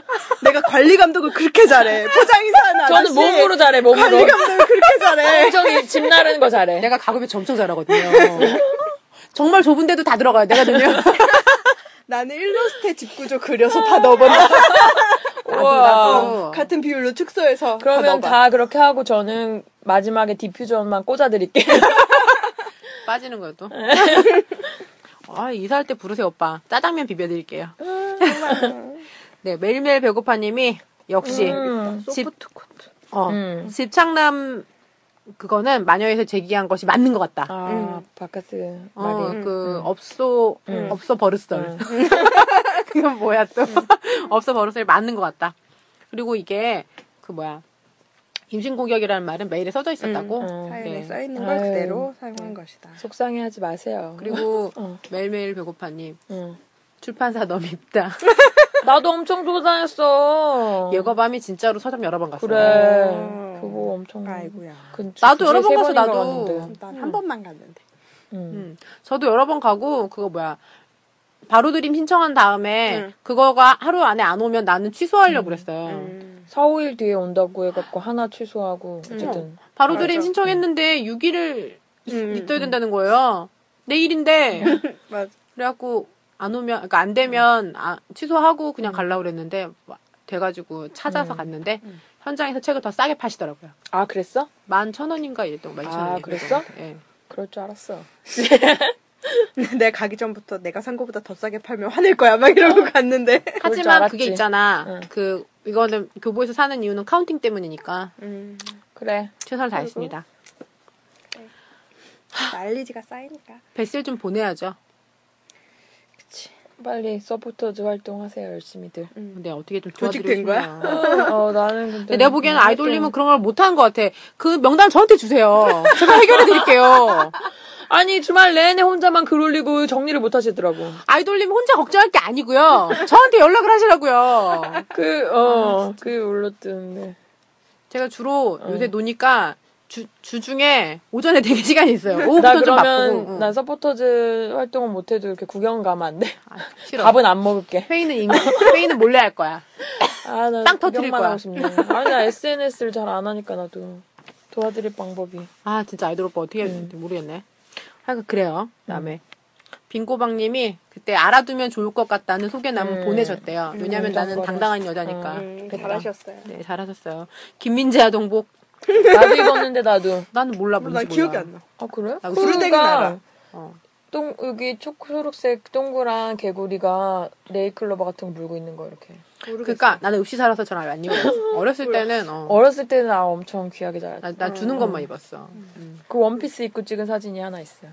[SPEAKER 3] 내가 관리 감독을 그렇게 잘해. 포장 이사는
[SPEAKER 2] 저는 몸으로 잘해 몸으로.
[SPEAKER 3] 아, 관리 감독을 그렇게 잘해.
[SPEAKER 2] 엄청 집 나르는 거 잘해.
[SPEAKER 3] 네.
[SPEAKER 1] 내가 가구비 엄청 잘하거든요. 정말 좁은데도 다 들어가요. 내가 들면
[SPEAKER 3] 나는 일러스트에 집구조
[SPEAKER 2] 아.
[SPEAKER 3] 그려서 다 넣어본다.
[SPEAKER 2] 우와.
[SPEAKER 3] 같은 비율로 축소해서
[SPEAKER 2] 어. 그러면
[SPEAKER 3] 다 넣어봐.
[SPEAKER 2] 다 그렇게 하고 저는 마지막에 디퓨저만 꽂아드릴게요.
[SPEAKER 1] 빠지는 거예요 또. 아 이사할 때 부르세요 오빠. 짜장면 비벼드릴게요.
[SPEAKER 2] 아,
[SPEAKER 1] 네 매일매일 배고파님이 역시
[SPEAKER 2] 음.
[SPEAKER 1] 집-
[SPEAKER 3] 소프트코트.
[SPEAKER 1] 어,
[SPEAKER 2] 음.
[SPEAKER 1] 집 창남 그거는 마녀에서 제기한 것이 맞는 것 같다.
[SPEAKER 2] 아
[SPEAKER 3] 음.
[SPEAKER 2] 바카스 말이.
[SPEAKER 1] 어, 그 업소
[SPEAKER 2] 음.
[SPEAKER 1] 업소 버릇설.
[SPEAKER 2] 음.
[SPEAKER 1] 그건 뭐야 또 없어 버릇을 맞는 것 같다. 그리고 이게 그 뭐야 임신 공격이라는 말은 메일에 써져 있었다고.
[SPEAKER 2] 음, 음.
[SPEAKER 3] 사연에
[SPEAKER 1] 네.
[SPEAKER 3] 써 있는 걸
[SPEAKER 2] 아유. 네.
[SPEAKER 3] 그대로 사용한 것이다.
[SPEAKER 2] 속상해하지 마세요.
[SPEAKER 1] 그리고
[SPEAKER 2] 어,
[SPEAKER 1] 매일매일 배고파님
[SPEAKER 2] 어.
[SPEAKER 1] 출판사 너무 입다.
[SPEAKER 2] 나도 엄청 쫓아다녔어.
[SPEAKER 1] 예거밤이 진짜로 서점 여러 번 갔어.
[SPEAKER 2] 그래.
[SPEAKER 1] 요
[SPEAKER 3] 어.
[SPEAKER 2] 그거 엄청.
[SPEAKER 3] 아이고야.
[SPEAKER 2] 그 주-
[SPEAKER 1] 나도
[SPEAKER 2] 주에
[SPEAKER 1] 여러
[SPEAKER 2] 세
[SPEAKER 1] 번 가서
[SPEAKER 2] 번인가
[SPEAKER 1] 나도.
[SPEAKER 2] 갔는데.
[SPEAKER 3] 난 한 번만 갔는데.
[SPEAKER 2] 음.
[SPEAKER 1] 음. 저도 여러 번 가고 그거 뭐야 바로 드림 신청한 다음에
[SPEAKER 3] 응.
[SPEAKER 1] 그거가 하루 안에 안 오면 나는 취소하려고 그랬어요.
[SPEAKER 3] 음.
[SPEAKER 2] 4, 5일 뒤에 온다고 해갖고 하나 취소하고 어쨌든
[SPEAKER 1] 바로 드림
[SPEAKER 3] 맞아.
[SPEAKER 1] 신청했는데 6일을
[SPEAKER 3] 음,
[SPEAKER 1] 있어야 된다는 거예요. 내일인데
[SPEAKER 3] 맞아.
[SPEAKER 1] 그래갖고 안 오면 그러니까 안 되면 아, 취소하고 그냥 가려고 그랬는데 와, 돼가지고 찾아서
[SPEAKER 2] 음.
[SPEAKER 1] 갔는데
[SPEAKER 3] 음.
[SPEAKER 1] 현장에서 책을 더 싸게 파시더라고요.
[SPEAKER 2] 아 그랬어?
[SPEAKER 1] 만 천 원인가 이랬던 거, 만천
[SPEAKER 2] 아,
[SPEAKER 1] 원.
[SPEAKER 2] 그랬어?
[SPEAKER 1] 예.
[SPEAKER 2] 그럴 줄 알았어.
[SPEAKER 3] 내가 가기 전부터 내가 산 거보다 더 싸게 팔면 화낼 거야 막 이러고 갔는데.
[SPEAKER 2] 줄
[SPEAKER 1] 하지만
[SPEAKER 2] 알았지.
[SPEAKER 1] 그게 있잖아.
[SPEAKER 2] 응.
[SPEAKER 1] 그 이거는 교보에서 사는 이유는 카운팅 때문이니까
[SPEAKER 3] 음.
[SPEAKER 2] 그래.
[SPEAKER 1] 최선을 다했습니다.
[SPEAKER 2] 아.
[SPEAKER 3] 마일리지가 쌓이니까.
[SPEAKER 1] 베스를 좀 보내야죠.
[SPEAKER 2] 빨리 서포터즈 활동하세요 열심히들.
[SPEAKER 3] 음.
[SPEAKER 1] 근데 어떻게 좀 도와드리고
[SPEAKER 3] 조직된 거야?
[SPEAKER 1] 싶네요.
[SPEAKER 2] 어 나는 근데
[SPEAKER 1] 근데 내가 보기에는
[SPEAKER 2] 네.
[SPEAKER 1] 아이돌님은 그런 걸 못하는 것 같아. 그 명단 저한테 주세요. 제가 해결해 드릴게요.
[SPEAKER 2] 아니 주말 내내 혼자만 글 올리고 정리를 못 하시더라고.
[SPEAKER 1] 아이돌님 혼자 걱정할 게 아니고요. 저한테 연락을 하시라고요.
[SPEAKER 2] 그
[SPEAKER 1] 아,
[SPEAKER 2] 어그 올렸던데. 네.
[SPEAKER 1] 제가 주로
[SPEAKER 2] 어.
[SPEAKER 1] 요새 노니까 주, 주중에 오전에 되게 시간이 있어요.
[SPEAKER 2] 나
[SPEAKER 1] 오후부터 좀
[SPEAKER 2] 그러면
[SPEAKER 1] 바쁘고. 응.
[SPEAKER 2] 난 서포터즈 활동은 못해도 이렇게 구경 가면 안 돼.
[SPEAKER 1] 아, 싫어.
[SPEAKER 2] 밥은 안 먹을게.
[SPEAKER 1] 회의는 이미 회의는 몰래 할 거야.
[SPEAKER 2] 아나
[SPEAKER 1] 땅 터뜨릴 거야.
[SPEAKER 2] 하고 싶네. 아니 나 SNS를 잘 안 하니까 나도 도와드릴 방법이.
[SPEAKER 1] 아 진짜 아이돌 오빠 어떻게 해야 되는지 모르겠네. 하여간 그래요. 그다음에 빙고방님이 그때 알아두면 좋을 것 같다는 소개남을
[SPEAKER 2] 음.
[SPEAKER 1] 보내셨대요. 왜냐하면
[SPEAKER 2] 음,
[SPEAKER 1] 나는
[SPEAKER 2] 그런
[SPEAKER 1] 당당한
[SPEAKER 2] 아,
[SPEAKER 1] 여자니까.
[SPEAKER 3] 음,
[SPEAKER 1] 됐다.
[SPEAKER 3] 잘하셨어요.
[SPEAKER 1] 네 잘하셨어요. 김민재 아동복
[SPEAKER 2] 나도 입었는데 나도.
[SPEAKER 1] 나는 몰라
[SPEAKER 3] 난
[SPEAKER 1] 뭔지 몰라.
[SPEAKER 3] 기억이 안 음, 나.
[SPEAKER 2] 아 그래?
[SPEAKER 1] 나
[SPEAKER 3] 후루댕이 나라.
[SPEAKER 1] 어.
[SPEAKER 2] 동 여기 초록색 동그란 개구리가 네이클로버 같은 거 물고 있는 거 이렇게.
[SPEAKER 3] 모르겠어.
[SPEAKER 1] 그러니까 나는 없이 살아서 전안 입었어. 어렸을 때는 어.
[SPEAKER 2] 어렸을 때는 아 엄청 귀하게 잘.
[SPEAKER 1] 나, 나 주는 것만 입었어. 음.
[SPEAKER 2] 그 원피스 입고 찍은 사진이 하나 있어요.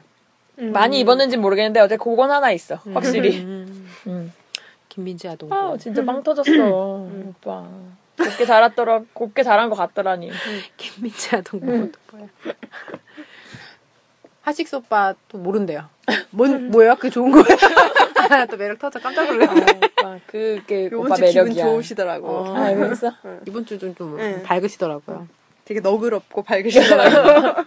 [SPEAKER 3] 음.
[SPEAKER 2] 많이 입었는지 모르겠는데 어제 그건 하나 있어. 확실히.
[SPEAKER 1] 음.
[SPEAKER 2] 음.
[SPEAKER 1] 김민재 아동복.
[SPEAKER 2] 아 진짜 빵 터졌어
[SPEAKER 3] 음.
[SPEAKER 2] 오빠. 곱게 자랐더라. 곱게 자란 것 같더라니.
[SPEAKER 3] 아,
[SPEAKER 1] 김민재 아동복은 또 뭐야? 하식스 오빠 또 모른대요. 뭔 뭐예요? 그 좋은 거야? 또 매력 터져 깜짝 놀래.
[SPEAKER 2] 아, 오빠 그게
[SPEAKER 3] 요번
[SPEAKER 2] 오빠
[SPEAKER 3] 주 기분
[SPEAKER 2] 매력이야.
[SPEAKER 3] 좋으시더라고.
[SPEAKER 1] 어.
[SPEAKER 2] 아 그랬어?
[SPEAKER 1] 이번 주 좀 좀
[SPEAKER 3] 네.
[SPEAKER 1] 밝으시더라고요.
[SPEAKER 3] 되게 너그럽고 밝으시더라고.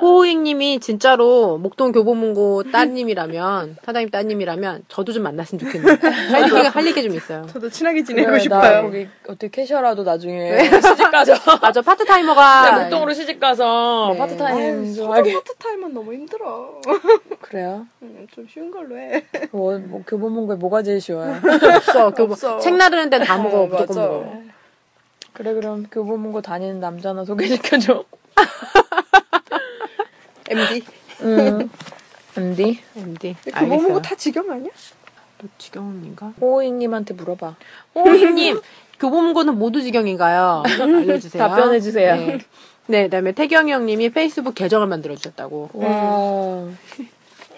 [SPEAKER 1] 호우잉님이 진짜로 목동 교보문고 따님이라면 사장님 따님이라면 저도 좀 만났으면 좋겠네요. 할 얘기가 할 얘기 좀 있어요.
[SPEAKER 3] 저도 친하게 지내고
[SPEAKER 2] 그래, 나
[SPEAKER 3] 싶어요. 네.
[SPEAKER 2] 거기 어떻게 캐셔라도 나중에 시집 가서.
[SPEAKER 1] 맞아 파트
[SPEAKER 2] 내
[SPEAKER 1] 타이머가
[SPEAKER 2] 목동으로 시집 가서
[SPEAKER 1] 네.
[SPEAKER 2] 파트타임 좀 하게.
[SPEAKER 3] 예. 소프트 타임은 너무 힘들어.
[SPEAKER 2] 그래요?
[SPEAKER 3] 음, 좀 쉬운 걸로 해.
[SPEAKER 2] 뭐, 뭐 교보문고에 뭐가 제일 쉬워요?
[SPEAKER 1] 없어. 교보
[SPEAKER 3] 없어.
[SPEAKER 1] 책 나르는 데는 다 먹어
[SPEAKER 3] 어,
[SPEAKER 1] 무조건
[SPEAKER 3] 맞아.
[SPEAKER 1] 먹어.
[SPEAKER 2] 그래 그럼 교보문고 다니는 남자나 소개시켜줘.
[SPEAKER 3] MD.
[SPEAKER 2] 음. MD?
[SPEAKER 1] MD.
[SPEAKER 3] 그거
[SPEAKER 1] 알겠어요.
[SPEAKER 3] 보고 다 직영 아니야?
[SPEAKER 1] 노지경인가?
[SPEAKER 2] 호잉님한테 물어봐.
[SPEAKER 1] 호이님 교보문고는 모두 지경인가요? 알려주세요.
[SPEAKER 2] 답변해주세요.
[SPEAKER 1] 네. 네, 그다음에 태경이 형님이 페이스북 계정을 만들어 주셨다고.
[SPEAKER 3] 음.
[SPEAKER 2] 와.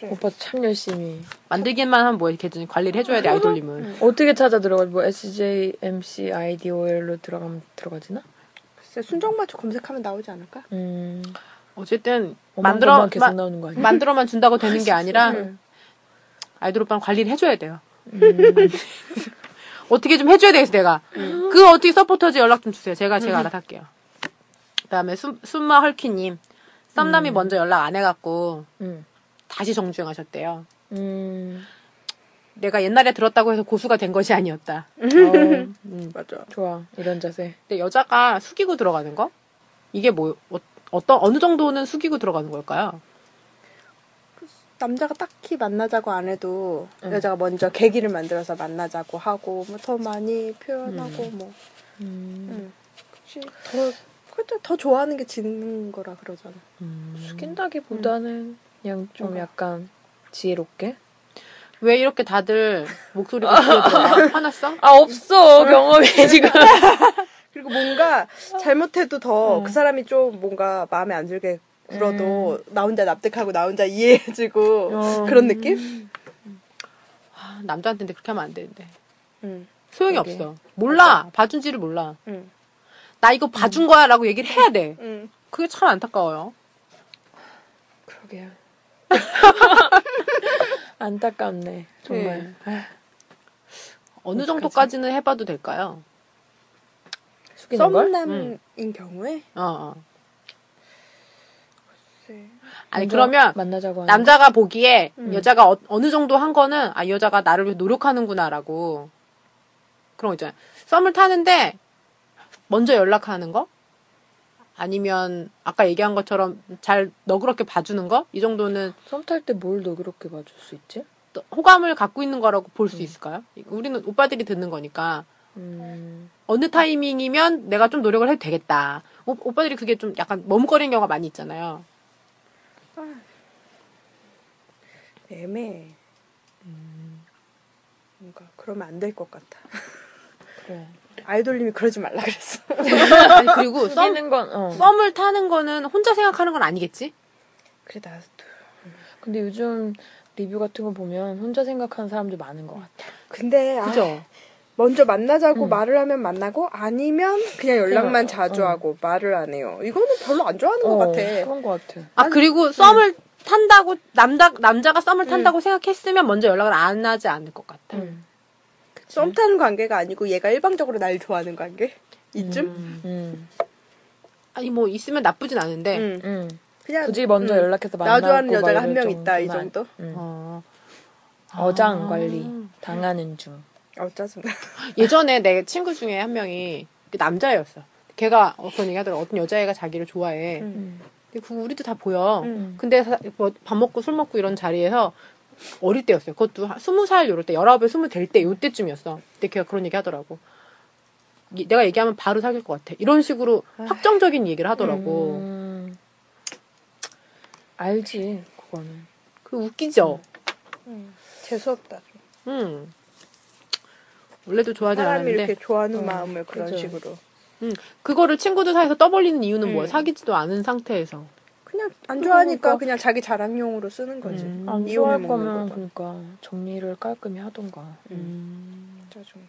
[SPEAKER 3] 그래.
[SPEAKER 2] 오빠 참 열심히.
[SPEAKER 1] 만들기만 하면 뭐 계정 관리를 해줘야 돼 아이돌님은.
[SPEAKER 2] 어떻게 찾아 들어가? 뭐 SJMC IDOL로 들어가면 들어가지나?
[SPEAKER 3] 글쎄 순정마초 검색하면 나오지 않을까?
[SPEAKER 2] 음.
[SPEAKER 1] 어쨌든
[SPEAKER 2] 만들어
[SPEAKER 1] 만들어
[SPEAKER 2] 계속
[SPEAKER 1] 마,
[SPEAKER 2] 나오는 거 아니야?
[SPEAKER 1] 만들어만 준다고 되는 게 아니라
[SPEAKER 3] 음.
[SPEAKER 1] 아이돌 오빠는 관리를 해줘야 돼요. 어떻게 좀 해줘야 되겠어 내가. 그 어떻게 서포터즈 연락 좀 주세요. 제가 제가 알아서 할게요. 그다음에 순, 순마 헐키님 썸남이 먼저 연락 안 해갖고
[SPEAKER 2] 음.
[SPEAKER 1] 다시 정주행하셨대요.
[SPEAKER 2] 음.
[SPEAKER 1] 내가 옛날에 들었다고 해서 고수가 된 것이 아니었다.
[SPEAKER 2] 어,
[SPEAKER 3] 맞아.
[SPEAKER 2] 좋아. 이런 자세.
[SPEAKER 1] 근데 여자가 숙이고 들어가는 거? 이게 뭐 어, 어떤 어느 정도는 숙이고 들어가는 걸까요?
[SPEAKER 3] 남자가 딱히 만나자고 안 해도 여자가 먼저 계기를 만들어서 만나자고 하고 뭐 더 많이 표현하고 뭐.
[SPEAKER 2] 음.
[SPEAKER 3] 음. 그치. 더 그때 더 좋아하는 게 지는 거라 그러잖아.
[SPEAKER 2] 음. 숙인다기보다는 그냥 좀 약간 지혜롭게.
[SPEAKER 1] 왜 이렇게 다들 목소리가 들려 화났어?
[SPEAKER 2] 아 없어 경험이 지금.
[SPEAKER 3] 그리고 뭔가 잘못해도 더
[SPEAKER 2] 어.
[SPEAKER 3] 그 사람이 좀 뭔가 마음에 안 들게 굴어도 나 혼자 납득하고 나 혼자 이해해주고
[SPEAKER 2] 음. 어.
[SPEAKER 3] 그런 느낌?
[SPEAKER 1] 아, 남자한테 근데 그렇게 하면 안 되는데
[SPEAKER 3] 응.
[SPEAKER 2] 음.
[SPEAKER 1] 소용이
[SPEAKER 2] 그러게.
[SPEAKER 1] 없어. 몰라 봐준지를 몰라.
[SPEAKER 3] 응.
[SPEAKER 1] 나
[SPEAKER 2] 음.
[SPEAKER 1] 이거 봐준 거야라고 얘기를 해야 돼.
[SPEAKER 3] 응.
[SPEAKER 1] 그게 참 안타까워요.
[SPEAKER 2] 그러게요. 안타깝네 정말.
[SPEAKER 1] 어느 정도까지는 해봐도 될까요?
[SPEAKER 2] 아, 숙이는 걸?
[SPEAKER 3] 음.
[SPEAKER 2] 네.
[SPEAKER 3] 썸남인 경우에
[SPEAKER 1] 어, 어.
[SPEAKER 2] 네.
[SPEAKER 3] 글쎄.
[SPEAKER 1] 아니
[SPEAKER 2] 먼저
[SPEAKER 1] 그러면
[SPEAKER 2] 만나자고
[SPEAKER 1] 어,
[SPEAKER 2] 하는
[SPEAKER 1] 남자가 보기에 여자가 어, 느 정도 한 거는 아 이 여자가 나를 위해 노력하는구나라고 그런 거 있잖아요. 썸을 타는데 먼저 연락하는 거 아니면 아까 얘기한 것처럼 잘 너그럽게 봐주는 거 이 정도는
[SPEAKER 2] 썸탈 때 뭘 너 그렇게 봐줄 수 있지?
[SPEAKER 1] 또 호감을 갖고 있는 거라고 볼 수 있을까요? 우리는 오빠들이 듣는 거니까
[SPEAKER 2] 음,
[SPEAKER 1] 어느 타이밍이면 내가 좀 노력을 해도 되겠다. 오, 오빠들이 그게 좀 약간 머뭇거리는 경우가 많이 있잖아요.
[SPEAKER 3] 애매해.
[SPEAKER 2] 음.
[SPEAKER 3] 뭔가 그러면 안 될 것 같아.
[SPEAKER 2] 그래.
[SPEAKER 3] 아이돌님이 그러지 말라 그랬어.
[SPEAKER 1] 아니, 그리고 썸,
[SPEAKER 2] 숙이는 건 어.
[SPEAKER 1] 썸을 타는 거는 혼자 생각하는 건 아니겠지?
[SPEAKER 3] 그래 나도
[SPEAKER 2] 근데 요즘 리뷰 같은 거 보면 혼자 생각하는 사람들 많은 것 같아.
[SPEAKER 3] 근데 아,
[SPEAKER 1] 그죠?
[SPEAKER 3] 먼저 만나자고
[SPEAKER 2] 음.
[SPEAKER 3] 말을 하면 만나고 아니면 그냥 연락만 자주
[SPEAKER 2] 어.
[SPEAKER 3] 하고 말을 안 해요. 이거는 별로 안 좋아하는 것
[SPEAKER 2] 어,
[SPEAKER 3] 같아.
[SPEAKER 2] 그런 것 같아.
[SPEAKER 1] 아 그리고 썸을 탄다고 남자 남자가 썸을 탄다고 생각했으면 먼저 연락을 안 하지 않을 것 같아.
[SPEAKER 2] 음.
[SPEAKER 3] 썸 타는 관계가 아니고 얘가 일방적으로 날 좋아하는 관계 이쯤.
[SPEAKER 2] 음.
[SPEAKER 1] 아니 뭐 있으면 나쁘진 않은데.
[SPEAKER 3] 음.
[SPEAKER 2] 음.
[SPEAKER 3] 그냥
[SPEAKER 2] 굳이 먼저
[SPEAKER 3] 음.
[SPEAKER 2] 연락해서
[SPEAKER 3] 나
[SPEAKER 2] 만나고
[SPEAKER 3] 좋아하는 여자가
[SPEAKER 2] 막
[SPEAKER 3] 한
[SPEAKER 2] 이럴
[SPEAKER 3] 명 있다 이
[SPEAKER 2] 정도만.
[SPEAKER 3] 정도.
[SPEAKER 2] 음.
[SPEAKER 1] 어.
[SPEAKER 2] 어장
[SPEAKER 1] 아.
[SPEAKER 2] 관리 당하는 중.
[SPEAKER 3] 어 짜증나.
[SPEAKER 1] 예전에 내 친구 중에 한 명이 그 남자애였어. 걔가 어떤 얘기하더라. 어떤 여자애가 자기를 좋아해.
[SPEAKER 3] 음.
[SPEAKER 1] 근데 그거 우리도 다 보여.
[SPEAKER 3] 음.
[SPEAKER 1] 근데 사- 뭐밥 먹고 술 먹고 이런 자리에서 어릴 때였어요. 그것도 한 스무 살 요럴 때, 열아홉에 스무 될 때, 요때쯤이었어. 근데 걔가 그런 얘기 하더라고. 이- 내가 얘기하면 바로 사귈 것 같아. 이런 식으로 확정적인 얘기를 하더라고.
[SPEAKER 2] 음. 알지 그거는.
[SPEAKER 1] 그 웃기죠.
[SPEAKER 3] 음. 재수 없다.
[SPEAKER 1] 음. 원래도 좋아하지
[SPEAKER 3] 사람이
[SPEAKER 1] 않았는데
[SPEAKER 3] 이렇게 좋아하는
[SPEAKER 2] 어,
[SPEAKER 3] 마음을 그런
[SPEAKER 2] 그죠.
[SPEAKER 3] 식으로
[SPEAKER 1] 그거를 친구들 사이에서 떠벌리는 이유는
[SPEAKER 3] 음.
[SPEAKER 1] 뭐야? 사귀지도 않은 상태에서.
[SPEAKER 3] 그냥 안
[SPEAKER 2] 그거
[SPEAKER 3] 좋아하니까
[SPEAKER 2] 보니까-
[SPEAKER 3] 그냥 자기 자랑용으로 쓰는 거지.
[SPEAKER 1] 음.
[SPEAKER 2] 안
[SPEAKER 3] 이용해
[SPEAKER 2] 좋아할
[SPEAKER 3] 먹는
[SPEAKER 2] 거면
[SPEAKER 3] 거다.
[SPEAKER 2] 그러니까 정리를 깔끔히 하던가.
[SPEAKER 3] 음. 짜증.
[SPEAKER 1] 음.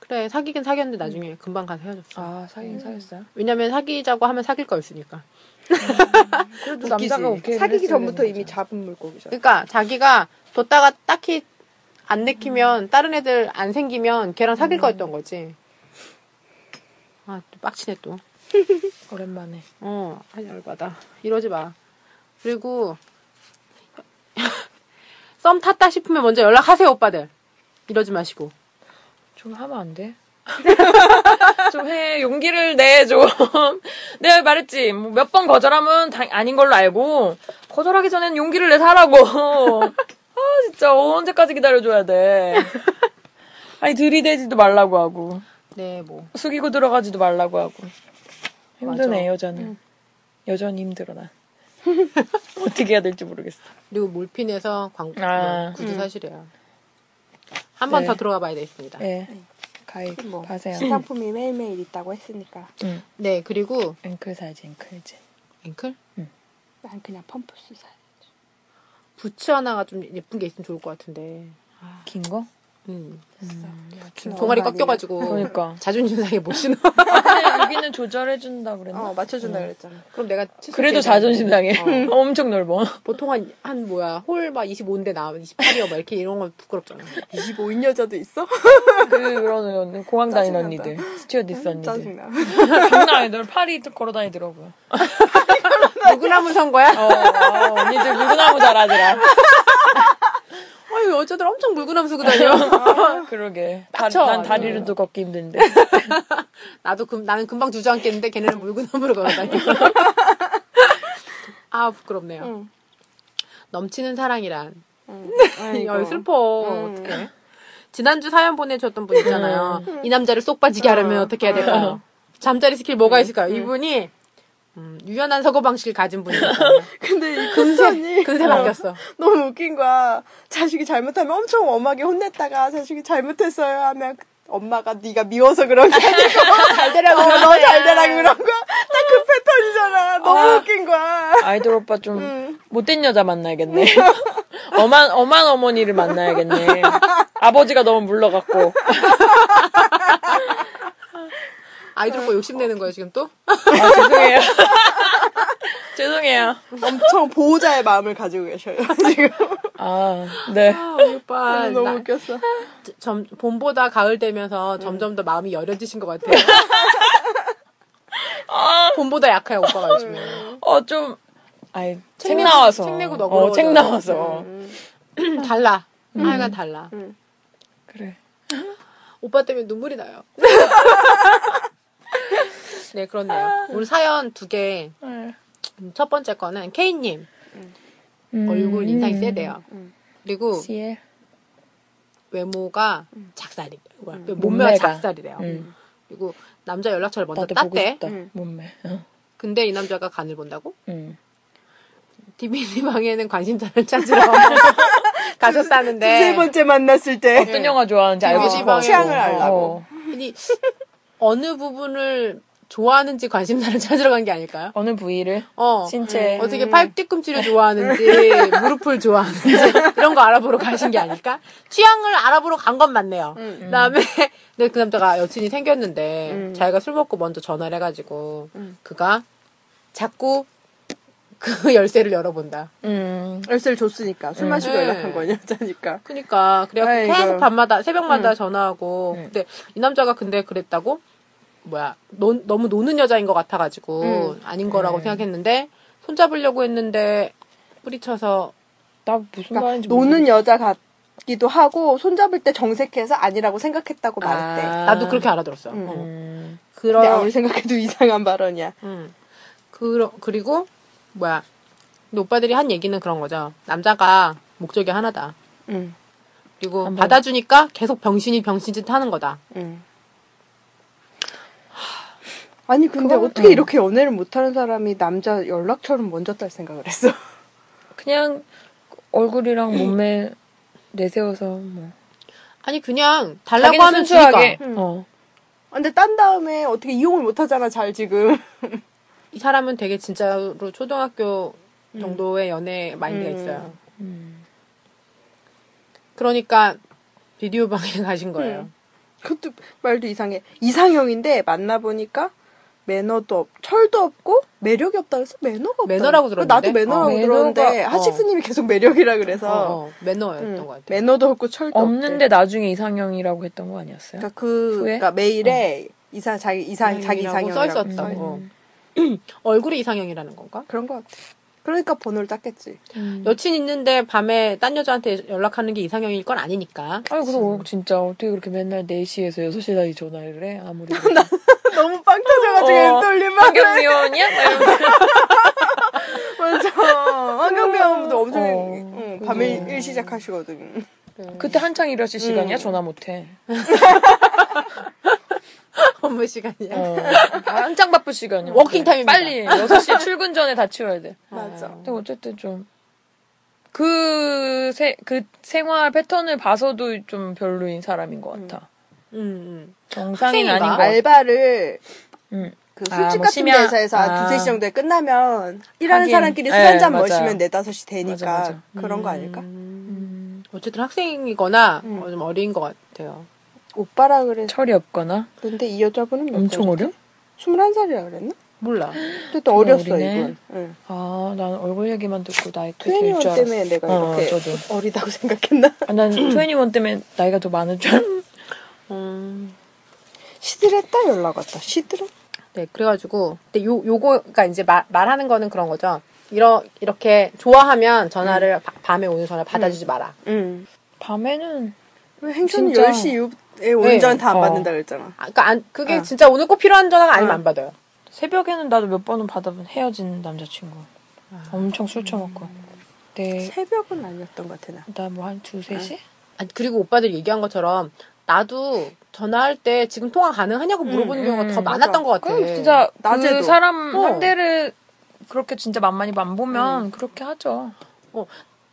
[SPEAKER 1] 그래 사귀긴
[SPEAKER 3] 음.
[SPEAKER 1] 사귀었는데 나중에 금방 가서 헤어졌어.
[SPEAKER 2] 아 사귄 사귀었어요?
[SPEAKER 1] 왜냐면 사귀자고 하면 사귈 거였으니까.
[SPEAKER 3] 음.
[SPEAKER 2] 그래도
[SPEAKER 1] 웃기지.
[SPEAKER 2] 남자가 오케이
[SPEAKER 3] 사귀기 전부터 이미 잡은 물고기잖아.
[SPEAKER 1] 그러니까 자기가 뒀다가 딱히 안 내키면
[SPEAKER 3] 음.
[SPEAKER 1] 다른 애들 안 생기면 걔랑 사귈 거였던 거지. 아, 또 빡치네 또.
[SPEAKER 2] 오랜만에.
[SPEAKER 1] 어, 한 열받아. 이러지 마. 그리고 썸 탔다 싶으면 먼저 연락하세요, 오빠들. 이러지 마시고.
[SPEAKER 2] 좀 하면 안 돼? 좀 해. 용기를 내, 좀. 내가 말했지. 뭐 몇 번 거절하면 다, 아닌 걸로 알고, 거절하기 전엔 용기를 내서 하라고. 아, 진짜. 언제까지 기다려줘야 돼. 아니, 들이대지도 말라고 하고,
[SPEAKER 1] 네, 뭐.
[SPEAKER 2] 숙이고 들어가지도 말라고 하고. 힘드네,
[SPEAKER 1] 맞아.
[SPEAKER 2] 여자는. 여전히 힘들어, 나. 어떻게 해야 될지 모르겠어.
[SPEAKER 1] 그리고 몰핀에서 광
[SPEAKER 2] 아,
[SPEAKER 1] 구두
[SPEAKER 3] 음.
[SPEAKER 1] 사실이에요. 한 번
[SPEAKER 2] 네.
[SPEAKER 1] 더 들어가 봐야 되겠습니다. 네.
[SPEAKER 2] 예. 가입
[SPEAKER 3] 뭐.
[SPEAKER 2] 하세요.
[SPEAKER 3] 신상품이 매일매일 있다고 했으니까
[SPEAKER 2] 응.
[SPEAKER 1] 네, 그리고
[SPEAKER 2] 앵클 사야지, 앵클즈.
[SPEAKER 1] 앵클
[SPEAKER 3] 난 그냥 펌프스 사.
[SPEAKER 1] 부츠 하나가 좀 예쁜 게 있으면 좋을 것 같은데.
[SPEAKER 2] 긴 거?
[SPEAKER 1] 음.
[SPEAKER 3] 어,
[SPEAKER 1] 동아리
[SPEAKER 3] 많이
[SPEAKER 1] 꺾여가지고
[SPEAKER 2] 그러니까.
[SPEAKER 1] 자존심 상해 못 신어.
[SPEAKER 2] 여기는 조절해준다 그랬나?
[SPEAKER 3] 어 맞춰준다 그랬잖아.
[SPEAKER 1] 그럼 내가 칠십
[SPEAKER 2] 그래도
[SPEAKER 1] 대잖아.
[SPEAKER 2] 자존심 상해. 엄청 넓어.
[SPEAKER 1] 보통 한, 한 뭐야 홀 막 25인데 나 28이어 막 이렇게 이런 거 부끄럽잖아.
[SPEAKER 3] 25인 여자도 있어?
[SPEAKER 2] 그, 그런 언니, 공항 다니는
[SPEAKER 3] 짜증난다. 음,
[SPEAKER 2] 언니들. 스튜어디스 언니들.
[SPEAKER 3] 짜증나.
[SPEAKER 2] 장난 아니더라. 팔이 걸어다니더라고요.
[SPEAKER 1] 누구나무 선 거야?
[SPEAKER 2] 어, 아, 언니들 물구나무 잘하더라.
[SPEAKER 1] 아유 여자들 엄청 물구나무 쓰고 다녀.
[SPEAKER 2] 그러게. 다,
[SPEAKER 1] 빡쳐.
[SPEAKER 2] 난 다리로도 걷기 힘든데.
[SPEAKER 1] 나도 금, 나는 금방 주저앉겠는데 걔네는 물구나무로 걸어다녀. 아 부끄럽네요.
[SPEAKER 3] 응.
[SPEAKER 1] 넘치는 아, 사랑이란.
[SPEAKER 3] 응.
[SPEAKER 1] 야, 슬퍼.
[SPEAKER 3] 음.
[SPEAKER 1] 어떡해. 지난주 사연 보내주셨던 분 있잖아요. 이 남자를 쏙 빠지게 하려면
[SPEAKER 3] 어.
[SPEAKER 1] 어떻게 해야 될까요? 잠자리 스킬 뭐가 있을까요? 이분이, 음, 유연한 서거 방식을 가진 분이거든요.
[SPEAKER 3] 근데 이 금산이
[SPEAKER 1] 근데 바뀌었어.
[SPEAKER 3] 너무 웃긴 거야. 자식이 잘못하면 엄청 엄하게 혼냈다가 자식이 잘못했어요 하면 엄마가 네가 미워서 그런 게 아니고 잘 되라고 너 잘 되라고 그런 거야. 딱 그 패턴이잖아. 너무 웃긴 거야.
[SPEAKER 2] 아이돌 오빠 좀
[SPEAKER 3] 음.
[SPEAKER 2] 못된 여자 만나야겠네. 엄한, 엄한 어머니를 만나야겠네. 아버지가 너무 물러갔고.
[SPEAKER 1] 아이들 거 욕심내는 거예요, 지금 또?
[SPEAKER 2] 아, 죄송해요. 죄송해요.
[SPEAKER 3] 엄청 보호자의 마음을 가지고 계셔요. 지금
[SPEAKER 2] 아, 네.
[SPEAKER 1] 아, 우리 오빠.
[SPEAKER 3] 너무
[SPEAKER 1] 나,
[SPEAKER 3] 웃겼어.
[SPEAKER 1] 점, 봄보다 가을 되면서 점점 더 마음이 여려지신 것 같아요. 봄보다 약해요, 오빠가 요즘에.
[SPEAKER 2] 어, 좀, 아이, 책
[SPEAKER 1] 내고-
[SPEAKER 2] 나와서.
[SPEAKER 1] 책 내고
[SPEAKER 2] 어, 책
[SPEAKER 1] 너그러워져요.
[SPEAKER 2] 나와서.
[SPEAKER 1] 음, 달라.
[SPEAKER 2] 음.
[SPEAKER 1] 하여간 달라.
[SPEAKER 2] 그래.
[SPEAKER 1] 오빠 때문에 눈물이 나요. 네, 그렇네요. 오늘 사연 두 개.
[SPEAKER 2] 네.
[SPEAKER 1] 음, 첫 번째 거는 케이님
[SPEAKER 2] 음.
[SPEAKER 1] 얼굴 인상이 세대요.
[SPEAKER 3] 음.
[SPEAKER 1] 그리고
[SPEAKER 2] CL.
[SPEAKER 1] 외모가 작살이, 몸매가
[SPEAKER 2] 음. 몸매가.
[SPEAKER 1] 작살이래요.
[SPEAKER 2] 음.
[SPEAKER 1] 그리고 남자 연락처를 먼저
[SPEAKER 2] 나도 보고
[SPEAKER 1] 땄대.
[SPEAKER 2] 싶다.
[SPEAKER 3] 음.
[SPEAKER 2] 몸매. 어.
[SPEAKER 1] 근데 이 남자가 간을 본다고?
[SPEAKER 2] 음.
[SPEAKER 1] 디비니 방에는 관심사를 찾으러 가셨다는데.
[SPEAKER 3] 세 번째 만났을 때
[SPEAKER 2] 어떤 영화 좋아하는지 알고
[SPEAKER 1] 어,
[SPEAKER 2] 싶어.
[SPEAKER 1] 네. 취향을
[SPEAKER 3] 알라고.
[SPEAKER 2] 어.
[SPEAKER 1] 아니, 어느 부분을 좋아하는지 관심사를 찾으러 간 게 아닐까요?
[SPEAKER 2] 어느 부위를?
[SPEAKER 1] 어.
[SPEAKER 2] 신체.
[SPEAKER 1] 어떻게 팔 뒤꿈치를 좋아하는지 무릎을 좋아하는지 이런 거 알아보러 가신 게 아닐까? 취향을 알아보러 간 건 맞네요. 그다음에 근데 그 남자가 여친이 생겼는데 자기가 술 먹고 먼저 전화를 해가지고 그가 자꾸 그 열쇠를 열어본다.
[SPEAKER 2] 음.
[SPEAKER 3] 열쇠를 줬으니까 술 마시고
[SPEAKER 1] 음.
[SPEAKER 3] 연락한 거 여자니까.
[SPEAKER 1] 그러니까 그래갖고
[SPEAKER 3] 아이고.
[SPEAKER 1] 계속 밤마다 새벽마다 전화하고 근데 이 남자가 근데 그랬다고 뭐야 논- 너무 노는 여자인 것 같아가지고 아닌 거라고 생각했는데 손잡으려고 했는데 뿌리쳐서
[SPEAKER 2] 나 무슨
[SPEAKER 3] 그러니까
[SPEAKER 2] 말인지
[SPEAKER 3] 노는 여자 같기도 하고 손잡을 때 정색해서 아니라고 생각했다고 말했대.
[SPEAKER 2] 아.
[SPEAKER 1] 나도 그렇게 알아들었어.
[SPEAKER 3] 음.
[SPEAKER 1] 어.
[SPEAKER 2] 음.
[SPEAKER 1] 그런
[SPEAKER 3] 근데 아무리 생각해도 이상한 발언이야.
[SPEAKER 1] 음. 그러, 그리고 뭐야? 근데 오빠들이 한 얘기는 그런 거죠. 남자가 목적이 하나다.
[SPEAKER 3] 응,
[SPEAKER 1] 그리고
[SPEAKER 2] 한번.
[SPEAKER 1] 받아주니까 계속 병신이 병신짓 하는 거다.
[SPEAKER 3] 응. 아니 근데
[SPEAKER 2] 그건-
[SPEAKER 3] 어떻게
[SPEAKER 2] 응.
[SPEAKER 3] 이렇게 연애를 못하는 사람이 남자 연락처를 먼저 딸 생각을 했어?
[SPEAKER 2] 그냥 얼굴이랑
[SPEAKER 1] 음.
[SPEAKER 2] 몸매 내세워서 뭐.
[SPEAKER 1] 아니 그냥 달라고 하면
[SPEAKER 2] 순수하게.
[SPEAKER 1] 주니까
[SPEAKER 2] 어.
[SPEAKER 3] 근데 딴 다음에 어떻게 이용을 못하잖아 잘 지금.
[SPEAKER 1] 이 사람은 되게 진짜로 초등학교
[SPEAKER 3] 음.
[SPEAKER 1] 정도의 연애 마인드가 있어요.
[SPEAKER 2] 음.
[SPEAKER 1] 그러니까 비디오 방에 가신 거예요.
[SPEAKER 3] 음. 그것도 말도 이상해. 이상형인데 만나보니까 매너도 없, 철도 없고 매력이 없다 그래서 매너가 없다.
[SPEAKER 1] 매너라고 들었는데?
[SPEAKER 3] 나도 매너라고
[SPEAKER 2] 어, 매너가-
[SPEAKER 3] 들었는데
[SPEAKER 1] 어.
[SPEAKER 3] 하식스님이 계속 매력이라 그래서
[SPEAKER 1] 어, 어, 매너였던
[SPEAKER 3] 음,
[SPEAKER 1] 것 같아요.
[SPEAKER 3] 매너도 없고 철도 없대.
[SPEAKER 2] 없는데 나중에 이상형이라고 했던 거 아니었어요?
[SPEAKER 3] 그러니까 그
[SPEAKER 2] 후에?
[SPEAKER 3] 그러니까 메일에 이상 자기 이상 자기
[SPEAKER 1] 어. 이상형이라고
[SPEAKER 3] 이상형
[SPEAKER 1] 써
[SPEAKER 2] 음.
[SPEAKER 1] 있었다고. 얼굴이 이상형이라는 건가?
[SPEAKER 3] 그런 것 같아. 그러니까 번호를 땄겠지.
[SPEAKER 2] 음.
[SPEAKER 1] 여친 있는데 밤에 딴 여자한테 연락하는 게 이상형일 건 아니니까.
[SPEAKER 2] 아니 그래서 어, 진짜 어떻게 그렇게 맨날 4시에서 6시 사이 전화를 해 아무리
[SPEAKER 3] 너무 빵 터져가지고
[SPEAKER 2] 어.
[SPEAKER 3] 떨리면
[SPEAKER 2] 환경미원이야?
[SPEAKER 3] 맞아. 한강배우도 엄청
[SPEAKER 2] 어.
[SPEAKER 3] 응, 밤에
[SPEAKER 2] 그죠.
[SPEAKER 3] 일 음. 시작하시거든.
[SPEAKER 2] 음. 그때 한창 일하실 시간이야 전화 못해
[SPEAKER 1] 업무 시간이야.
[SPEAKER 2] 어. 한창 바쁠 시간이야.
[SPEAKER 1] 워킹 타임입니다.
[SPEAKER 2] 빨리 6시 출근 전에 다 치워야 돼.
[SPEAKER 3] 맞아.
[SPEAKER 2] 근데 어쨌든 좀 그 세, 그 생활 패턴을 봐서도 좀 별로인 사람인 것 같아.
[SPEAKER 1] 음, 음.
[SPEAKER 2] 정상인
[SPEAKER 1] 학생인가?
[SPEAKER 2] 아닌 것 같아.
[SPEAKER 3] 알바를
[SPEAKER 2] 음.
[SPEAKER 3] 그
[SPEAKER 2] 아,
[SPEAKER 3] 술집
[SPEAKER 2] 뭐
[SPEAKER 3] 같은
[SPEAKER 2] 심야-
[SPEAKER 3] 데서에서
[SPEAKER 2] 아.
[SPEAKER 3] 아. 두세 시 정도에 끝나면 일하는
[SPEAKER 2] 하긴.
[SPEAKER 3] 사람끼리 술
[SPEAKER 2] 예,
[SPEAKER 3] 한잔
[SPEAKER 2] 맞아요.
[SPEAKER 3] 마시면 네 다섯 시 되니까
[SPEAKER 2] 맞아, 맞아.
[SPEAKER 3] 그런 거 아닐까?
[SPEAKER 2] 음,
[SPEAKER 1] 어쨌든 학생이거나
[SPEAKER 3] 음.
[SPEAKER 1] 어, 좀 어린 것 같아요.
[SPEAKER 3] 오빠라 그래서
[SPEAKER 2] 철이 없거나
[SPEAKER 3] 근데 이 여자분은 몇
[SPEAKER 2] 엄청
[SPEAKER 3] 살?
[SPEAKER 2] 어려?
[SPEAKER 3] 21살이라 그랬나?
[SPEAKER 1] 몰라.
[SPEAKER 3] 근데 또 어렸어
[SPEAKER 2] 어리네.
[SPEAKER 3] 이건 응.
[SPEAKER 2] 아, 난 얼굴 얘기만 듣고 나이
[SPEAKER 3] 트웬티원
[SPEAKER 2] 되게 줄알았
[SPEAKER 3] 때문에 내가
[SPEAKER 2] 어,
[SPEAKER 3] 이렇게
[SPEAKER 2] 저도.
[SPEAKER 3] 어리다고 생각했나?
[SPEAKER 2] 아, 난 21 때문에 나이가 더 많은 줄 알았어.
[SPEAKER 1] 음.
[SPEAKER 3] 시들했다 연락 왔다 시들어?
[SPEAKER 1] 네, 그래가지고 근데 요 요거가 그러니까 이제 말 말하는 거는 그런 거죠. 이러 이렇게 좋아하면 전화를 바- 밤에 오는 전화 받아주지 마라.
[SPEAKER 3] 응
[SPEAKER 2] 밤에는
[SPEAKER 3] 왜 행선이
[SPEAKER 2] 진짜.
[SPEAKER 3] 10시 이후에 오는
[SPEAKER 1] 네.
[SPEAKER 3] 전다 안
[SPEAKER 2] 어.
[SPEAKER 3] 받는다 그랬잖아
[SPEAKER 1] 아, 그러니까 안, 그게
[SPEAKER 3] 아.
[SPEAKER 1] 진짜 오늘 꼭 필요한 전화가 아니면 안 받아요.
[SPEAKER 2] 새벽에는 나도 몇 번은 받아본 헤어진 남자친구.
[SPEAKER 3] 아.
[SPEAKER 2] 엄청 술 처먹고. 네.
[SPEAKER 3] 새벽은 아니었던 것 같아 나
[SPEAKER 2] 나뭐 한 두세 시?
[SPEAKER 1] 아, 그리고 오빠들 얘기한 것처럼 나도 전화할 때 지금 통화 가능하냐고 물어보는
[SPEAKER 2] 음,
[SPEAKER 1] 경우가 더
[SPEAKER 2] 음,
[SPEAKER 1] 많았던 것 같아.
[SPEAKER 2] 그럼 진짜 그
[SPEAKER 3] 네. 낮에도.
[SPEAKER 2] 사람
[SPEAKER 1] 어.
[SPEAKER 2] 한 대를 그렇게 진짜 만만히 만 보면
[SPEAKER 3] 음.
[SPEAKER 2] 그렇게 하죠.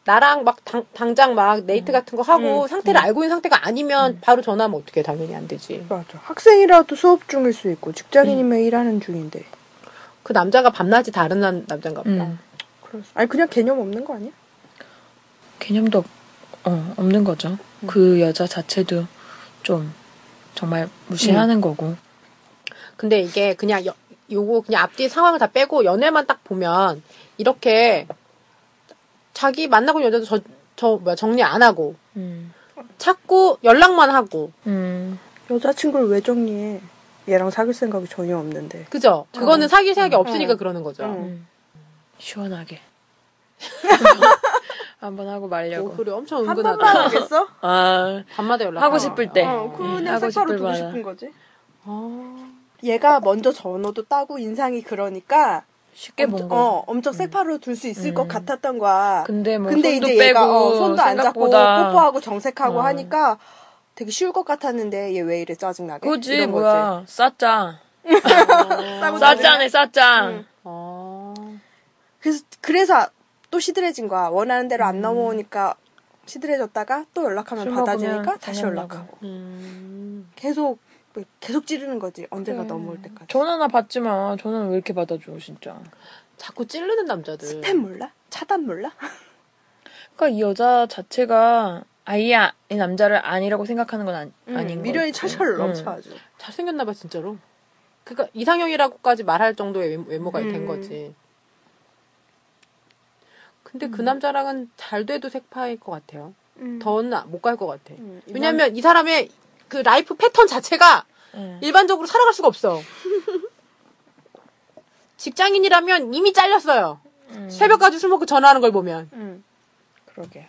[SPEAKER 1] 나랑 막 당, 당장 막 네이트 같은 거 하고 상태를 알고 있는 상태가 아니면 바로 전화하면 어떻게 당연히 안 되지.
[SPEAKER 3] 맞아 학생이라도 수업 중일 수 있고 직장인이면 일하는 중인데
[SPEAKER 1] 그 남자가 밤낮이 다른 남- 남자인가 보다.
[SPEAKER 2] 음.
[SPEAKER 3] 그럴 수- 아니 그냥 개념 없는 거 아니야?
[SPEAKER 2] 개념도 없, 어, 없는 거죠.
[SPEAKER 3] 음.
[SPEAKER 2] 그 여자 자체도 좀 정말
[SPEAKER 3] 음.
[SPEAKER 2] 무시하는 거고.
[SPEAKER 1] 근데 이게 그냥 여- 요거 그냥 앞뒤 상황을 다 빼고 연애만 딱 보면 이렇게 자기 만나고 있는 여자도 저, 저 뭐야 정리 안 하고
[SPEAKER 2] 음.
[SPEAKER 1] 찾고 연락만 하고
[SPEAKER 2] 음.
[SPEAKER 3] 여자친구를 왜 정리해? 얘랑 사귈 생각이 전혀 없는데
[SPEAKER 1] 그죠?
[SPEAKER 3] 음.
[SPEAKER 1] 그거는 사귈 생각이 없으니까
[SPEAKER 3] 어.
[SPEAKER 1] 그러는 거죠.
[SPEAKER 3] 어.
[SPEAKER 2] 시원하게. 한번 하고 말려고.
[SPEAKER 1] 오, 그래 엄청
[SPEAKER 3] 한
[SPEAKER 1] 은근하다.
[SPEAKER 3] 번만 하겠어?
[SPEAKER 2] 아,
[SPEAKER 1] 밤마다 연락
[SPEAKER 2] 음, 하고 싶을 때. 음,
[SPEAKER 3] 어, 그냥
[SPEAKER 2] 하고
[SPEAKER 3] 색바로
[SPEAKER 2] 싶을
[SPEAKER 3] 두고
[SPEAKER 2] 만한.
[SPEAKER 3] 싶은 거지
[SPEAKER 1] 어.
[SPEAKER 3] 얘가 먼저 전화도 따고 인상이 그러니까
[SPEAKER 2] 쉽게
[SPEAKER 3] 엄청-
[SPEAKER 2] 본 거.
[SPEAKER 3] 어, 엄청 색파로 둘 수 있을
[SPEAKER 2] 음.
[SPEAKER 3] 것 같았던 거야.
[SPEAKER 2] 근데 뭐
[SPEAKER 3] 근데
[SPEAKER 2] 손도
[SPEAKER 3] 이제
[SPEAKER 2] 빼고
[SPEAKER 3] 얘가 어, 손도 안 잡고
[SPEAKER 2] 생각보다
[SPEAKER 3] 뽀뽀하고 정색하고
[SPEAKER 2] 어.
[SPEAKER 3] 하니까 되게 쉬울 것 같았는데 얘 왜 이래 짜증나게?
[SPEAKER 2] 그지 음.
[SPEAKER 3] 이런 거지.
[SPEAKER 2] 뭐야 싸짜
[SPEAKER 3] 싸고 나중에.
[SPEAKER 2] 싸짜네 싸짜
[SPEAKER 3] 응.
[SPEAKER 1] 어.
[SPEAKER 3] 그래서 그래서 또 시들해진 거야. 원하는 대로 안 넘어오니까 시들해졌다가 또 연락하면
[SPEAKER 2] 음. 술
[SPEAKER 3] 받아주니까
[SPEAKER 2] 먹으면
[SPEAKER 3] 다시
[SPEAKER 2] 당연하고.
[SPEAKER 3] 연락하고
[SPEAKER 1] 음.
[SPEAKER 3] 계속 계속 찌르는 거지. 언제가
[SPEAKER 2] 그래.
[SPEAKER 3] 넘어올 때까지.
[SPEAKER 2] 음. 전화나 받지마 전화는 왜 이렇게 받아줘 진짜
[SPEAKER 1] 자꾸 찌르는 남자들.
[SPEAKER 3] 스팸 몰라? 차단 몰라?
[SPEAKER 2] 그러니까 이 여자 자체가 아예 이 남자를 아니라고 생각하는 건 아니, 음. 아닌 음. 거
[SPEAKER 3] 미련이 철철 넘쳐 아주.
[SPEAKER 1] 잘생겼나 봐 진짜로. 그니까 이상형이라고까지 말할 정도의 외모- 외모가
[SPEAKER 3] 음.
[SPEAKER 1] 된 거지. 근데
[SPEAKER 3] 음.
[SPEAKER 1] 그 남자랑은 잘 돼도 색파일 것 같아요. 더는 못 갈 것 같아.
[SPEAKER 3] 음, 이번-
[SPEAKER 1] 왜냐면 이 사람의 그 라이프 패턴 자체가
[SPEAKER 2] 음.
[SPEAKER 1] 일반적으로 살아갈 수가 없어. 직장인이라면 이미 잘렸어요.
[SPEAKER 2] 음.
[SPEAKER 1] 새벽까지 술 먹고 전화하는 걸 보면.
[SPEAKER 3] 음.
[SPEAKER 2] 그러게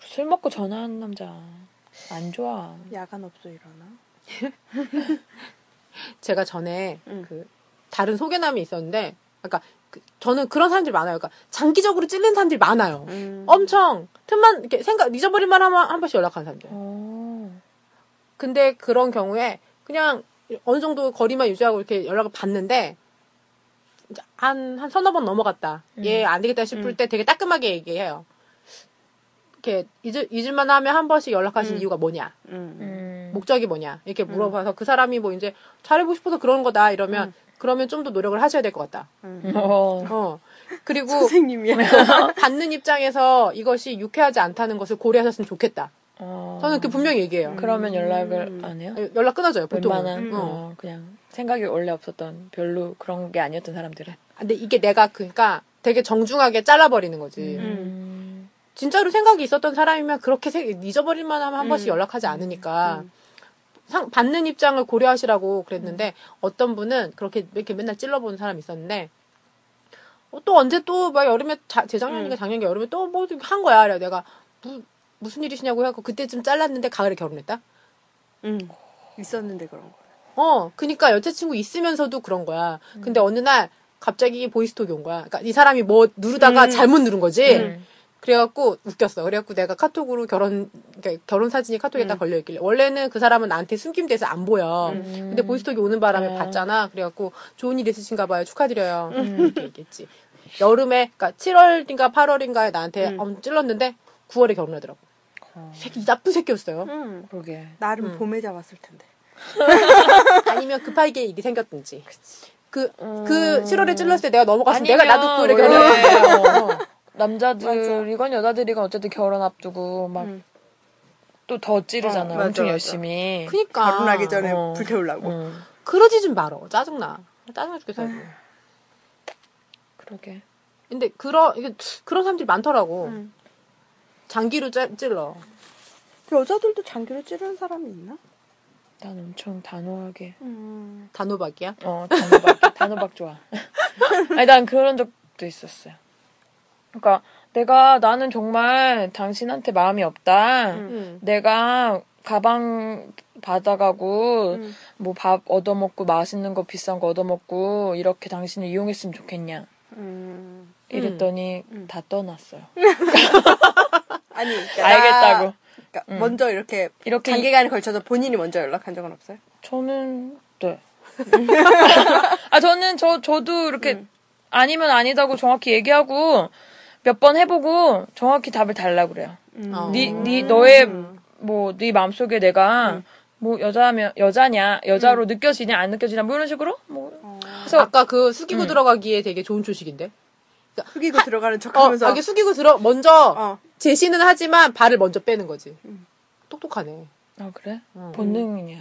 [SPEAKER 2] 술 먹고 전화하는 남자 안 좋아
[SPEAKER 3] 야간 업소 일어나.
[SPEAKER 1] 제가 전에
[SPEAKER 3] 음.
[SPEAKER 1] 그 다른 소개남이 있었는데, 그러니까 그- 저는 그런 사람들이 많아요. 그러니까 장기적으로 찔린 사람들이 많아요.
[SPEAKER 3] 음.
[SPEAKER 1] 엄청 틈만 이렇게 생각 잊어버릴만 하면 한 번씩 연락하는 사람들.
[SPEAKER 2] 어.
[SPEAKER 1] 근데 그런 경우에 그냥 어느 정도 거리만 유지하고 이렇게 연락을 받는데 이제 한, 한 서너 번 넘어갔다. 얘 안 되겠다 싶을
[SPEAKER 3] 음.
[SPEAKER 1] 때 되게 따끔하게 얘기해요. 이렇게 잊을, 잊을만 하면 한 번씩 연락하신
[SPEAKER 3] 음.
[SPEAKER 1] 이유가 뭐냐?
[SPEAKER 3] 음.
[SPEAKER 2] 음.
[SPEAKER 1] 목적이 뭐냐? 이렇게 물어봐서 그 사람이 뭐 이제 잘해보고 싶어서 그런 거다 이러면 그러면 좀 더 노력을 하셔야 될 것 같다.
[SPEAKER 3] 음.
[SPEAKER 2] 어.
[SPEAKER 1] 어. 그리고
[SPEAKER 3] 선생님이야.
[SPEAKER 1] 받는 입장에서 이것이 유쾌하지 않다는 것을 고려하셨으면 좋겠다.
[SPEAKER 2] 어.
[SPEAKER 1] 저는 그 분명히 얘기해요.
[SPEAKER 2] 그러면 연락을
[SPEAKER 3] 음.
[SPEAKER 2] 안 해요?
[SPEAKER 1] 예, 연락 끊어져요, 보통은.
[SPEAKER 2] 웬만한
[SPEAKER 1] 어.
[SPEAKER 2] 어, 그냥 생각이 원래 없었던 별로 그런 게 아니었던 사람들은
[SPEAKER 1] 근데 이게 내가 그러니까 되게 정중하게 잘라버리는
[SPEAKER 2] 음.
[SPEAKER 1] 거지.
[SPEAKER 3] 음.
[SPEAKER 1] 진짜로 생각이 있었던 사람이면 그렇게 세- 잊어버릴만 하면 한
[SPEAKER 3] 음.
[SPEAKER 1] 번씩 연락하지 않으니까
[SPEAKER 3] 음.
[SPEAKER 1] 상- 받는 입장을 고려하시라고 그랬는데
[SPEAKER 2] 음.
[SPEAKER 1] 어떤 분은 그렇게 이렇게 맨날 찔러보는 사람이 있었는데 어, 또 언제 또 막 여름에 자-
[SPEAKER 3] 음.
[SPEAKER 1] 재작년인가 작년인가 여름에 또 뭐 한 거야. 그래 내가 무, 무슨 일이시냐고 해갖고 그때쯤 잘랐는데 가을에 결혼했다.
[SPEAKER 3] 음. 있었는데 그런 거.
[SPEAKER 1] 어, 그니까 여자친구 있으면서도 그런 거야.
[SPEAKER 3] 음.
[SPEAKER 1] 근데 어느 날 갑자기 보이스톡이 온 거야. 그니까 이 사람이 그러니까 뭐 누르다가
[SPEAKER 3] 음.
[SPEAKER 1] 잘못 누른 거지. 그래갖고 웃겼어. 그래갖고 내가 카톡으로 결혼 그러니까 결혼 사진이 카톡에
[SPEAKER 3] 음.
[SPEAKER 1] 딱 걸려 있길래 원래는 그 사람은 나한테 숨김돼서 안 보여. 근데
[SPEAKER 3] 음.
[SPEAKER 1] 보이스톡이 오는 바람에
[SPEAKER 3] 네.
[SPEAKER 1] 봤잖아. 그래갖고 좋은 일 있으신가 봐요. 축하드려요.
[SPEAKER 3] 음.
[SPEAKER 1] 음, 이렇게 얘기했지. 여름에 그러니까 7월인가 8월인가에 나한테
[SPEAKER 3] 음.
[SPEAKER 1] 엄 찔렀는데 9월에 결혼하더라고. 새끼 나쁜 새끼였어요.
[SPEAKER 3] 음.
[SPEAKER 2] 어, 그러게.
[SPEAKER 3] 나름 봄에 잡았을 텐데.
[SPEAKER 1] 아니면 급하게 일이 생겼든지. 그, 그
[SPEAKER 2] 음.
[SPEAKER 1] 7월에 찔렀을 때 내가 넘어갔으면 내가
[SPEAKER 2] 아니면
[SPEAKER 1] 나도 9월에
[SPEAKER 2] 원래 어.
[SPEAKER 1] 결혼해.
[SPEAKER 2] 남자들이건 여자들이건 어쨌든 결혼 앞두고 막 또 더 찌르잖아요.
[SPEAKER 3] 맞아,
[SPEAKER 2] 엄청
[SPEAKER 3] 맞아.
[SPEAKER 2] 열심히.
[SPEAKER 1] 그니까.
[SPEAKER 3] 결혼하기 전에
[SPEAKER 2] 어.
[SPEAKER 3] 불태우려고.
[SPEAKER 2] 음,
[SPEAKER 1] 그러니까. 그러지 좀 말어. 짜증나. 짜증나 죽겠어. 아주.
[SPEAKER 2] 그러게.
[SPEAKER 1] 근데 그런 이게 그런 사람들이 많더라고.
[SPEAKER 3] 음.
[SPEAKER 1] 장기로 짜- 찔러.
[SPEAKER 3] 그 여자들도 장기로 찌르는 사람이 있나?
[SPEAKER 2] 난 엄청 단호하게.
[SPEAKER 3] 음.
[SPEAKER 1] 단호박이야.
[SPEAKER 2] 어 단호박 단호박 좋아. 아니 난 그런 적도 있었어요. 그러니까 내가 나는 정말 당신한테 마음이 없다.
[SPEAKER 3] 음.
[SPEAKER 2] 내가 가방 받아가고
[SPEAKER 3] 음.
[SPEAKER 2] 뭐 밥 얻어먹고 맛있는 거 비싼 거 얻어먹고 이렇게 당신을 이용했으면 좋겠냐
[SPEAKER 3] 음.
[SPEAKER 2] 이랬더니
[SPEAKER 3] 음.
[SPEAKER 2] 다 떠났어요.
[SPEAKER 3] 아니, 그러니까 나-
[SPEAKER 2] 알겠다고.
[SPEAKER 3] 그러니까
[SPEAKER 2] 음.
[SPEAKER 3] 먼저 이렇게
[SPEAKER 2] 이렇게
[SPEAKER 3] 장기간에 걸쳐서 본인이 먼저 연락한 적은 없어요?
[SPEAKER 2] 저는 네. 아 저는 저 저도 이렇게
[SPEAKER 1] 음.
[SPEAKER 2] 아니면 아니다고 정확히 얘기하고 몇 번 해보고 정확히 답을 달라고 그래요.
[SPEAKER 1] 어.
[SPEAKER 2] 음. 니, 니, 너의,
[SPEAKER 3] 음.
[SPEAKER 2] 뭐, 네 마음속에 내가, 뭐, 여자면, 여자냐, 여자로
[SPEAKER 1] 음.
[SPEAKER 2] 느껴지냐, 안 느껴지냐, 뭐, 이런 식으로? 뭐. 그래서, 음.
[SPEAKER 1] 아까 그 숙이고 들어가기에 되게 좋은 조식인데.
[SPEAKER 3] 흑이고 들어가는 척
[SPEAKER 1] 어,
[SPEAKER 3] 하면서.
[SPEAKER 1] 아, 이게 숙이고 들어 먼저
[SPEAKER 3] 어. 음.
[SPEAKER 1] 제시는 하지만 발을 먼저 빼는 거지. 똑똑하네.
[SPEAKER 2] 아, 그래?
[SPEAKER 1] 음.
[SPEAKER 2] 본능이야.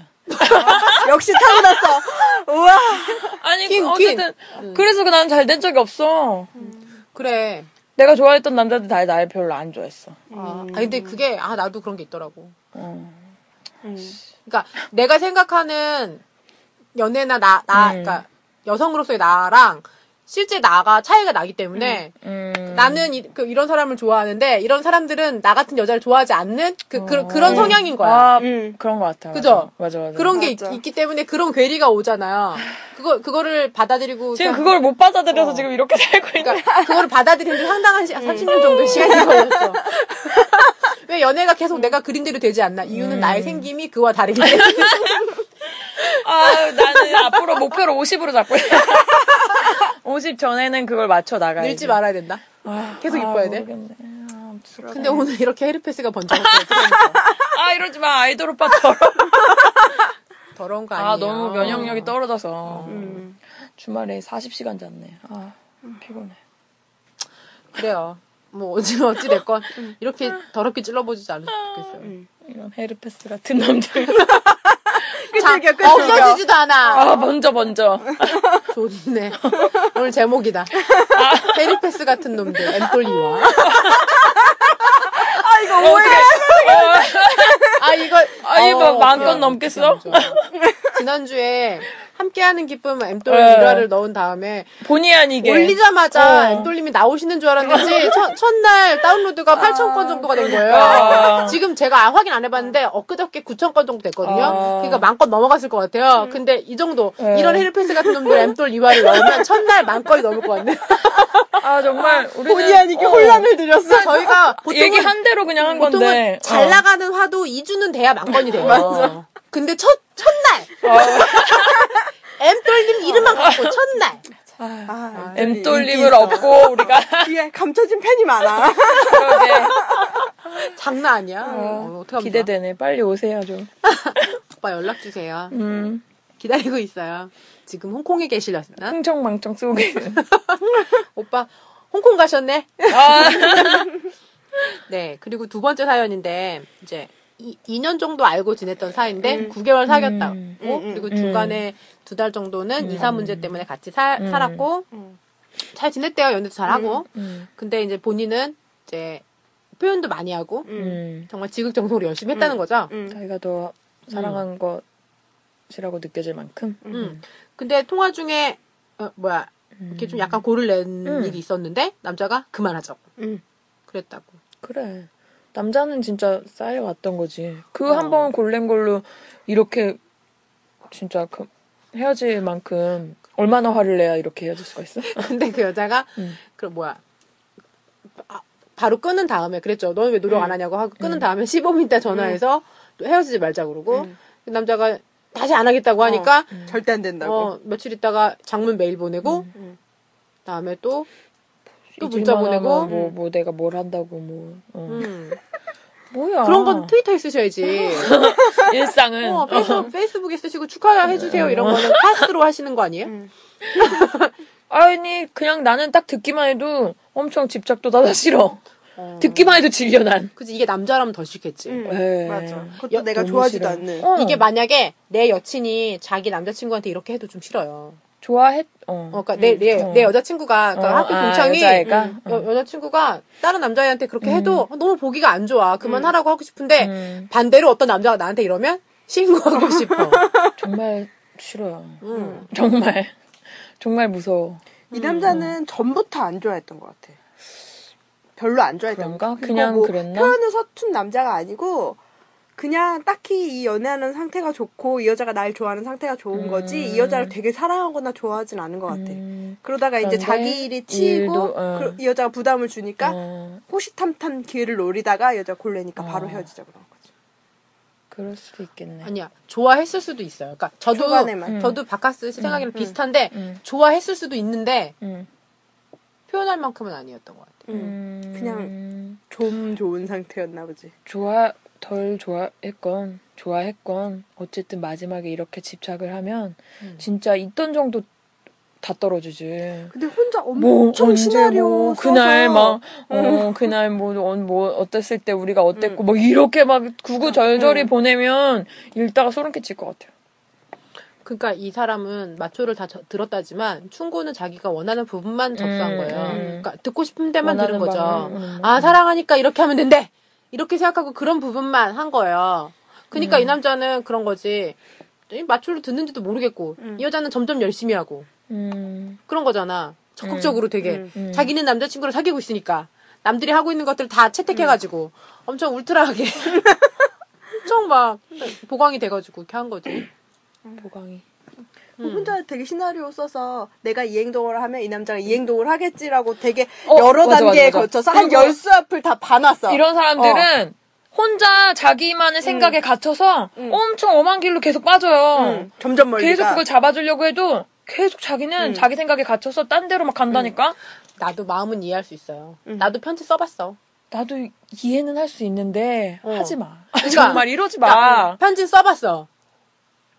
[SPEAKER 3] 역시 타고났어. 우와.
[SPEAKER 2] 아니,
[SPEAKER 1] 킹,
[SPEAKER 2] 그 어쨌든,
[SPEAKER 1] 음.
[SPEAKER 2] 그래서 그 나는 잘 된 적이 없어.
[SPEAKER 1] 그래.
[SPEAKER 2] 내가 좋아했던 남자들 다 나를 별로 안 좋아했어.
[SPEAKER 3] 음.
[SPEAKER 1] 아, 아니,
[SPEAKER 2] 음.
[SPEAKER 1] 근데 그게 아 나도 그런 게 있더라고.
[SPEAKER 2] 어.
[SPEAKER 3] 음.
[SPEAKER 1] 그러니까 내가 생각하는 연애나 나, 나
[SPEAKER 2] 음.
[SPEAKER 1] 그러니까 여성으로서의 나랑 실제 나가 차이가 나기 때문에
[SPEAKER 2] 음.
[SPEAKER 1] 나는 이, 런 사람을 좋아하는데 이런 사람들은 나 같은 여자를 좋아하지 않는 그, 그,
[SPEAKER 2] 어.
[SPEAKER 1] 런 성향인 거야.
[SPEAKER 2] 아,
[SPEAKER 3] 음.
[SPEAKER 2] 그런 것 같아.
[SPEAKER 1] 그죠?
[SPEAKER 2] 맞아, 맞아.
[SPEAKER 1] 그런 게 있,
[SPEAKER 3] 맞아.
[SPEAKER 1] 기 때문에 그런 괴리가 오잖아요. 그거 그거를 받아들이고
[SPEAKER 2] 지금 그걸 못 받아들여서 지금 이렇게 살고 있는
[SPEAKER 1] 그러니까 그거를 받아들이는 데 상당한 시, 30년 정도의 시간이 걸렸어. 왜 연애가 계속 내가 그린대로 되지 않나?
[SPEAKER 2] 음.
[SPEAKER 1] 이유는 나의 생김이 그와 다르기 때문에.
[SPEAKER 2] 아, 나는 앞으로 목표를 50으로 잡고 있어. 50 전에는 그걸 맞춰 나가야
[SPEAKER 1] 늙지 말아야 된다. 계속 이뻐야 돼?
[SPEAKER 2] 모르겠네. 아, 부끄러워.
[SPEAKER 1] 근데 오늘 이렇게 헤르페스가 번쩍었어.
[SPEAKER 2] 아, 이러지 마. 아이돌 오빠 더러.
[SPEAKER 1] 더러운 거 아니에요?
[SPEAKER 2] 아, 너무 면역력이 떨어져서.
[SPEAKER 3] 음.
[SPEAKER 2] 주말에 40시간 잤네. 아, 피곤해.
[SPEAKER 1] 그래요. 뭐 어찌 어찌 됐건 이렇게 더럽게 찔러보지 않았으면 좋겠어요.
[SPEAKER 2] 이런 헤르페스 같은 남들.
[SPEAKER 3] 끈질겨, 끈질겨.
[SPEAKER 1] 없어지지도 않아.
[SPEAKER 2] 아, 먼저, 먼저.
[SPEAKER 1] 좋네. 오늘 제목이다. 페리페스 같은 놈들 엠폴리와.
[SPEAKER 3] 아, 이거 오해가
[SPEAKER 1] 아 이거
[SPEAKER 2] 아, 이거 마음껏
[SPEAKER 1] 그냥
[SPEAKER 2] 넘겠어?
[SPEAKER 1] 그냥 좀. 지난주에 함께하는 기쁨 엠돌
[SPEAKER 2] 네.
[SPEAKER 1] 일화를 넣은 다음에
[SPEAKER 2] 본의 아니게.
[SPEAKER 1] 올리자마자
[SPEAKER 2] 예. 어.
[SPEAKER 1] 엠돌님이 나오시는 줄 알았는지 첫, 첫날 다운로드가 8천 건 정도가 된 거예요.
[SPEAKER 2] 아. 그러니까.
[SPEAKER 1] 지금 제가 아, 확인 안 해봤는데 엊그저께 9천 건 정도 됐거든요.
[SPEAKER 2] 아. 음.
[SPEAKER 1] 그러니까 만건 넘어갔을 것 같아요. 근데 이 정도
[SPEAKER 2] 네.
[SPEAKER 1] 이런 헤르페스 같은 놈들 엠돌 이화를 넣으면 첫날 만 건이 넘을 것 같네요.
[SPEAKER 2] 아, 정말. 우리는
[SPEAKER 3] 본의 아니게 혼란을 드렸어.
[SPEAKER 1] 그러니까 저희가 보통은
[SPEAKER 2] 얘기한 대로 그냥 한
[SPEAKER 1] 보통은
[SPEAKER 2] 건데. 어.
[SPEAKER 1] 잘 나가는 화도 2주는 돼야 만건이 돼요. 어.
[SPEAKER 2] 맞아. 어.
[SPEAKER 1] 근데 첫, 첫날! 엠돌님 이름만 갖고 첫날!
[SPEAKER 3] 아,
[SPEAKER 2] 엠돌림을 얻고 우리가.
[SPEAKER 3] 뒤에 감춰진 팬이 많아.
[SPEAKER 2] 그러게.
[SPEAKER 1] 장난 아니야. 어, 어떡합니까?
[SPEAKER 2] 기대되네. 빨리 오세요, 좀.
[SPEAKER 1] 오빠 연락주세요.
[SPEAKER 2] 음.
[SPEAKER 1] 기다리고 있어요. 지금 홍콩에 계시려나?
[SPEAKER 2] 흥청망청 쓰고 계세요.
[SPEAKER 1] 오빠, 홍콩 가셨네?
[SPEAKER 2] 아,
[SPEAKER 1] 네. 그리고 두 번째 사연인데, 이제, 이, 2년 정도 알고 지냈던 사이인데, 9개월 사귀었다고,
[SPEAKER 2] 음.
[SPEAKER 1] 그리고 중간에 두 달 정도는 이사 문제 때문에 같이 살 살았고,
[SPEAKER 3] 음.
[SPEAKER 1] 잘 지냈대요. 연애도 잘하고.
[SPEAKER 2] 음.
[SPEAKER 1] 근데 이제 본인은 이제 표현도 많이 하고
[SPEAKER 2] 음.
[SPEAKER 1] 정말 지극정성으로 열심히 했다는 거죠.
[SPEAKER 2] 자기가 더 사랑한 것이라고 느껴질 만큼.
[SPEAKER 1] 음. 근데 통화 중에 어, 뭐야 이렇게 좀 약간 고를 낸
[SPEAKER 2] 음.
[SPEAKER 1] 일이 있었는데 남자가 그만하자고
[SPEAKER 3] 음.
[SPEAKER 1] 그랬다고.
[SPEAKER 2] 그래. 남자는 진짜 쌓여왔던 거지. 그
[SPEAKER 1] 어.
[SPEAKER 2] 한 번 골랜 걸로 이렇게 진짜 그 헤어질 만큼 얼마나
[SPEAKER 1] 그 음.
[SPEAKER 2] 화를 내야 이렇게 헤어질 수가 있어?
[SPEAKER 1] 근데 그 여자가
[SPEAKER 2] 음.
[SPEAKER 1] 그럼 뭐야 아, 바로 끊은 다음에 그랬죠. 너는 왜 노력 안 하냐고 하고 끊은 다음에 음. 15분 있다 전화해서 또 헤어지지 말자 그러고 그 남자가 다시 안 하겠다고 하니까
[SPEAKER 3] 음. 절대 안
[SPEAKER 1] 어,
[SPEAKER 3] 된다고. 음.
[SPEAKER 1] 며칠 있다가 장문 메일 보내고 그다음에 또 또 문자
[SPEAKER 2] 잊을만
[SPEAKER 1] 보내고.
[SPEAKER 2] 하면 뭐, 뭐 내가 뭘 한다고 뭐 어.
[SPEAKER 1] 음. 아.
[SPEAKER 2] 뭐야
[SPEAKER 1] 그런 건 트위터에 쓰셔야지.
[SPEAKER 2] 일상은
[SPEAKER 1] 어, 음. 페이스북, 페이스북에 쓰시고 축하해주세요 이런 거는 파스로 하시는 거 아니에요?
[SPEAKER 3] 음.
[SPEAKER 2] 아니 그냥 나는 딱 듣기만 해도 엄청 집착도 나다 싫어
[SPEAKER 1] 어.
[SPEAKER 2] 듣기만 해도 질려 난
[SPEAKER 1] 그지 이게 남자라면 더 싫겠지.
[SPEAKER 2] 예.
[SPEAKER 3] 맞아. 그것도
[SPEAKER 1] 여-
[SPEAKER 3] 내가
[SPEAKER 2] 너무 싫어.
[SPEAKER 3] 좋아하지도 않는.
[SPEAKER 2] 어,
[SPEAKER 1] 이게 만약에 내 여친이 자기 남자친구한테 이렇게 해도 좀 싫어요.
[SPEAKER 2] 좋아했 어,
[SPEAKER 1] 어, 그러니까 내, 내,
[SPEAKER 2] 어.
[SPEAKER 1] 내 여자친구가 그러니까
[SPEAKER 2] 어,
[SPEAKER 1] 학교
[SPEAKER 2] 아,
[SPEAKER 1] 동창이 음,
[SPEAKER 2] 여자애가? 어.
[SPEAKER 1] 여, 여자친구가 다른 남자애한테 그렇게 해도 너무 보기가 안 좋아. 그만하라고 하고 싶은데
[SPEAKER 2] 음,
[SPEAKER 1] 반대로 어떤 남자가 나한테 이러면 신고하고 싶어.
[SPEAKER 2] 정말 싫어요
[SPEAKER 1] 음.
[SPEAKER 2] 정말 정말 무서워
[SPEAKER 3] 이 남자는 전부터 안 좋아했던 것 같아. 별로 안 좋아했던
[SPEAKER 2] 그런가?
[SPEAKER 3] 것 같아.
[SPEAKER 2] 그냥
[SPEAKER 3] 그거 뭐
[SPEAKER 2] 그랬나?
[SPEAKER 3] 표현을 서툰 남자가 아니고 그냥 딱히 이 연애하는 상태가 좋고 이 여자가 날 좋아하는 상태가 좋은 거지 이 여자를 되게 사랑하거나 좋아하진 않은 것 같아.
[SPEAKER 2] 음,
[SPEAKER 3] 그러다가 이제
[SPEAKER 2] 그런데
[SPEAKER 3] 자기 일이 치이고
[SPEAKER 2] 일도, 어.
[SPEAKER 3] 그- 이 여자가 부담을 주니까
[SPEAKER 2] 어,
[SPEAKER 3] 호시탐탐 기회를 노리다가 여자 골래니까 바로
[SPEAKER 2] 어.
[SPEAKER 3] 헤어지자 그런 거지.
[SPEAKER 2] 그럴 수도 있겠네
[SPEAKER 1] 아니야. 좋아했을 수도 있어요. 그러니까 저도
[SPEAKER 3] 초반에만.
[SPEAKER 1] 저도 바카스 생각이랑 비슷한데
[SPEAKER 2] 음.
[SPEAKER 1] 좋아했을 수도 있는데
[SPEAKER 2] 음,
[SPEAKER 1] 표현할 만큼은 아니었던 것 같아. 요
[SPEAKER 3] 음.
[SPEAKER 2] 음,
[SPEAKER 3] 그냥 좀 좋은 상태였나 보지.
[SPEAKER 2] 좋아 덜 좋아했건 좋아했건 어쨌든 마지막에 이렇게 집착을 하면
[SPEAKER 1] 음.
[SPEAKER 2] 진짜 있던 정도 다 떨어지지.
[SPEAKER 3] 근데 혼자
[SPEAKER 2] 뭐
[SPEAKER 3] 엄청
[SPEAKER 2] 언제
[SPEAKER 3] 시나리오
[SPEAKER 2] 뭐
[SPEAKER 3] 써서
[SPEAKER 2] 그날 막 어, 그날 뭐뭐 뭐 어땠을 때 우리가 어땠고 뭐 이렇게 막 구구절절히 보내면 읽다가 소름 끼칠 것 같아요.
[SPEAKER 1] 그러니까 이 사람은 마초를 다 저- 들었다지만 충고는 자기가 원하는 부분만 접수한
[SPEAKER 2] 음,
[SPEAKER 1] 거예요.
[SPEAKER 2] 음.
[SPEAKER 1] 그러니까 듣고 싶은 데만 들은
[SPEAKER 2] 원하는
[SPEAKER 1] 거죠.
[SPEAKER 2] 바는, 음.
[SPEAKER 1] 아 사랑하니까 이렇게 하면 된대. 이렇게 생각하고 그런 부분만 한 거예요. 그러니까
[SPEAKER 3] 음.
[SPEAKER 1] 이 남자는 그런 거지. 이 마초를 듣는지도 모르겠고
[SPEAKER 3] 음.
[SPEAKER 1] 이 여자는 점점 열심히 하고
[SPEAKER 2] 음.
[SPEAKER 1] 그런 거잖아. 적극적으로 되게
[SPEAKER 3] 음,
[SPEAKER 1] 자기는 남자친구를 사귀고 있으니까 남들이 하고 있는 것들 다 채택해가지고
[SPEAKER 3] 음.
[SPEAKER 1] 엄청 울트라하게 엄청 막 보강이 돼가지고 이렇게 한 거지.
[SPEAKER 2] 보강이.
[SPEAKER 3] 뭐 혼자 되게 시나리오 써서 내가 이 행동을 하면 이 남자가 이 행동을 하겠지라고 되게
[SPEAKER 2] 어,
[SPEAKER 3] 여러
[SPEAKER 2] 맞아,
[SPEAKER 3] 단계에
[SPEAKER 2] 맞아, 맞아.
[SPEAKER 3] 걸쳐서 한
[SPEAKER 2] 그리고
[SPEAKER 3] 열수 앞을 다 봐놨어.
[SPEAKER 2] 아, 이런 사람들은 혼자 자기만의 생각에 갇혀서 엄청 엄한 길로 계속 빠져요.
[SPEAKER 3] 음, 점점 멀리
[SPEAKER 2] 계속
[SPEAKER 3] 가.
[SPEAKER 2] 그걸 잡아주려고 해도 계속 자기는 자기 생각에 갇혀서 딴 데로 막 간다니까.
[SPEAKER 1] 나도 마음은 이해할 수 있어요. 나도 편지 써봤어.
[SPEAKER 2] 나도 이해는 할 수 있는데
[SPEAKER 1] 어.
[SPEAKER 2] 하지 마.
[SPEAKER 1] 그러니까-
[SPEAKER 2] 정말 이러지 마.
[SPEAKER 1] 편지 써봤어.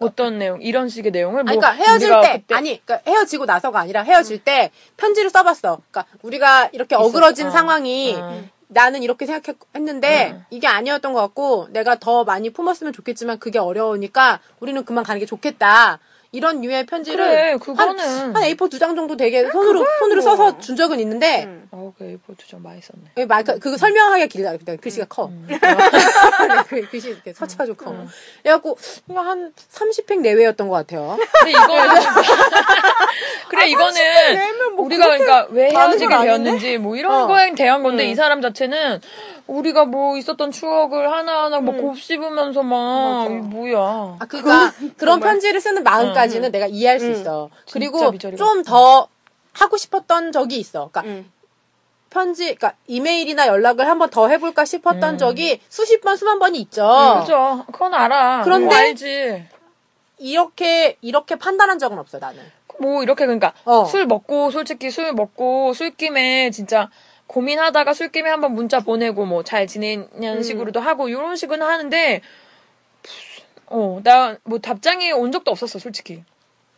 [SPEAKER 2] 어떤 내용 이런 식의 내용을 뭐
[SPEAKER 1] 아니, 그러니까 헤어질
[SPEAKER 2] 우리가
[SPEAKER 1] 때
[SPEAKER 2] 그때-
[SPEAKER 1] 아니 그러니까 헤어지고 나서가 아니라 헤어질 때 편지를 써봤어. 그러니까 우리가 이렇게 어그러진
[SPEAKER 2] 어.
[SPEAKER 1] 상황이
[SPEAKER 2] 어.
[SPEAKER 1] 나는 이렇게 생각했는데 이게 아니었던 것 같고 내가 더 많이 품었으면 좋겠지만 그게 어려우니까 우리는 그만 가는 게 좋겠다. 이런 류의 편지를
[SPEAKER 2] 그래, 아, 뭐.
[SPEAKER 1] 한,
[SPEAKER 2] 그거는.
[SPEAKER 1] 한 A4 두 장 정도 되게 손으로 손으로 써서 준 적은 있는데
[SPEAKER 3] 음.
[SPEAKER 2] 어, 그 A4 두장 많이 썼네.
[SPEAKER 1] 예, 말, 그, 그거 설명하기가 길다. 근데
[SPEAKER 2] 음.
[SPEAKER 1] 글씨가 커. 그 글씨, 이렇게 서체가 좀 커. 그래갖고, 이거 한 30팩 내외였던 것 같아요.
[SPEAKER 2] 근데 이거는 그래 이거는
[SPEAKER 3] 내면 뭐
[SPEAKER 2] 우리가 그러니까 왜 헤어지게
[SPEAKER 3] 건 아닌데?
[SPEAKER 2] 되었는지 뭐 이런
[SPEAKER 1] 어.
[SPEAKER 2] 거에 대한
[SPEAKER 1] 음.
[SPEAKER 2] 건데 이 사람 자체는 우리가 뭐 있었던 추억을 하나하나
[SPEAKER 1] 음.
[SPEAKER 2] 막 곱씹으면서 막 이게 뭐야.
[SPEAKER 1] 아, 그니까, 그런 편지를 쓰는 마음까지는 내가 이해할 수 있어. 그리고
[SPEAKER 2] 미저리가
[SPEAKER 1] 좀 더 하고 싶었던 적이 있어. 그니까,
[SPEAKER 3] 음.
[SPEAKER 1] 편지, 그니까, 이메일이나 연락을 한번 더 해볼까 싶었던 적이 수십 번, 수만 번이 있죠.
[SPEAKER 2] 그죠. 그건 알아.
[SPEAKER 1] 어. 그런데-
[SPEAKER 2] 그거 알지.
[SPEAKER 1] 이렇게, 이렇게 판단한 적은 없어, 나는.
[SPEAKER 2] 뭐 이렇게 그러니까
[SPEAKER 1] 어.
[SPEAKER 2] 술 먹고 솔직히 술 먹고 술김에 진짜 고민하다가 술김에 한번 문자 보내고 뭐 잘
[SPEAKER 1] 음.
[SPEAKER 2] 지내냐는 식으로도 하고 이런 식은 하는데 어나 뭐 답장이 온 적도 없었어 솔직히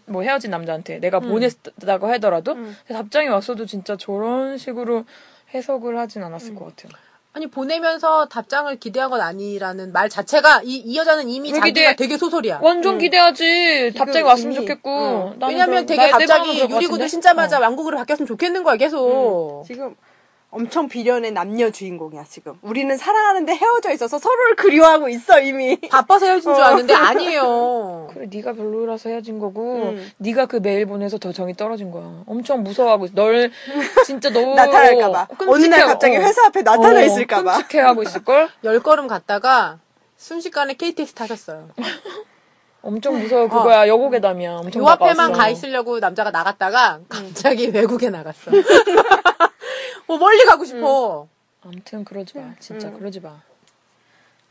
[SPEAKER 2] 뭐 헤어진 남자한테 내가
[SPEAKER 1] 음.
[SPEAKER 2] 보냈다고 하더라도 답장이 왔어도 진짜 저런 식으로 해석을 하진
[SPEAKER 1] 음.
[SPEAKER 2] 않았을 것 같아요.
[SPEAKER 1] 아니, 보내면서 답장을 기대한 건 아니라는 말 자체가, 이, 이 여자는 이미
[SPEAKER 2] 왜
[SPEAKER 1] 자기가
[SPEAKER 2] 기대해?
[SPEAKER 1] 되게 소설이야.
[SPEAKER 2] 완전 기대하지 답장이
[SPEAKER 3] 지금
[SPEAKER 2] 왔으면
[SPEAKER 3] 이미,
[SPEAKER 2] 좋겠고 어, 나는
[SPEAKER 1] 음. 왜냐면
[SPEAKER 2] 그런-
[SPEAKER 1] 되게
[SPEAKER 2] 나의- 내 마음은
[SPEAKER 1] 갑자기
[SPEAKER 2] 그럴 것
[SPEAKER 1] 유리구두
[SPEAKER 2] 같은데? 어.
[SPEAKER 1] 신자마자 왕국으로 바뀌었으면 좋겠는 거야 계속.
[SPEAKER 3] 지금 엄청 비련의 남녀 주인공이야 지금. 우리는 사랑하는데 헤어져 있어서 서로를 그리워하고 있어 이미.
[SPEAKER 1] 바빠서 헤어진 줄 아는데 아니에요.
[SPEAKER 2] 그래 네가 별로라서 헤어진 거고
[SPEAKER 3] 음.
[SPEAKER 2] 네가 그 메일 보내서 더 정이 떨어진 거야. 엄청 무서워하고 있어. 널 진짜 너
[SPEAKER 3] 나타날까봐. 어느 날 갑자기 회사 앞에 나타나 있을까봐.
[SPEAKER 2] 어, 끔찍해하고 있을걸?
[SPEAKER 1] 열 걸음 갔다가 순식간에 KTX 타셨어요.
[SPEAKER 2] 엄청
[SPEAKER 3] 어.
[SPEAKER 2] 무서워 그거야 여고괴담이야. 엄청
[SPEAKER 1] 요 앞에만
[SPEAKER 2] 다가왔어.
[SPEAKER 1] 가 있으려고 남자가
[SPEAKER 2] 음. 음.
[SPEAKER 1] 나갔다가 갑자기 외국에 나갔어. 뭐 멀리 가고 싶어.
[SPEAKER 2] 아무튼 그러지 마. 진짜
[SPEAKER 3] 음.
[SPEAKER 2] 그러지 마.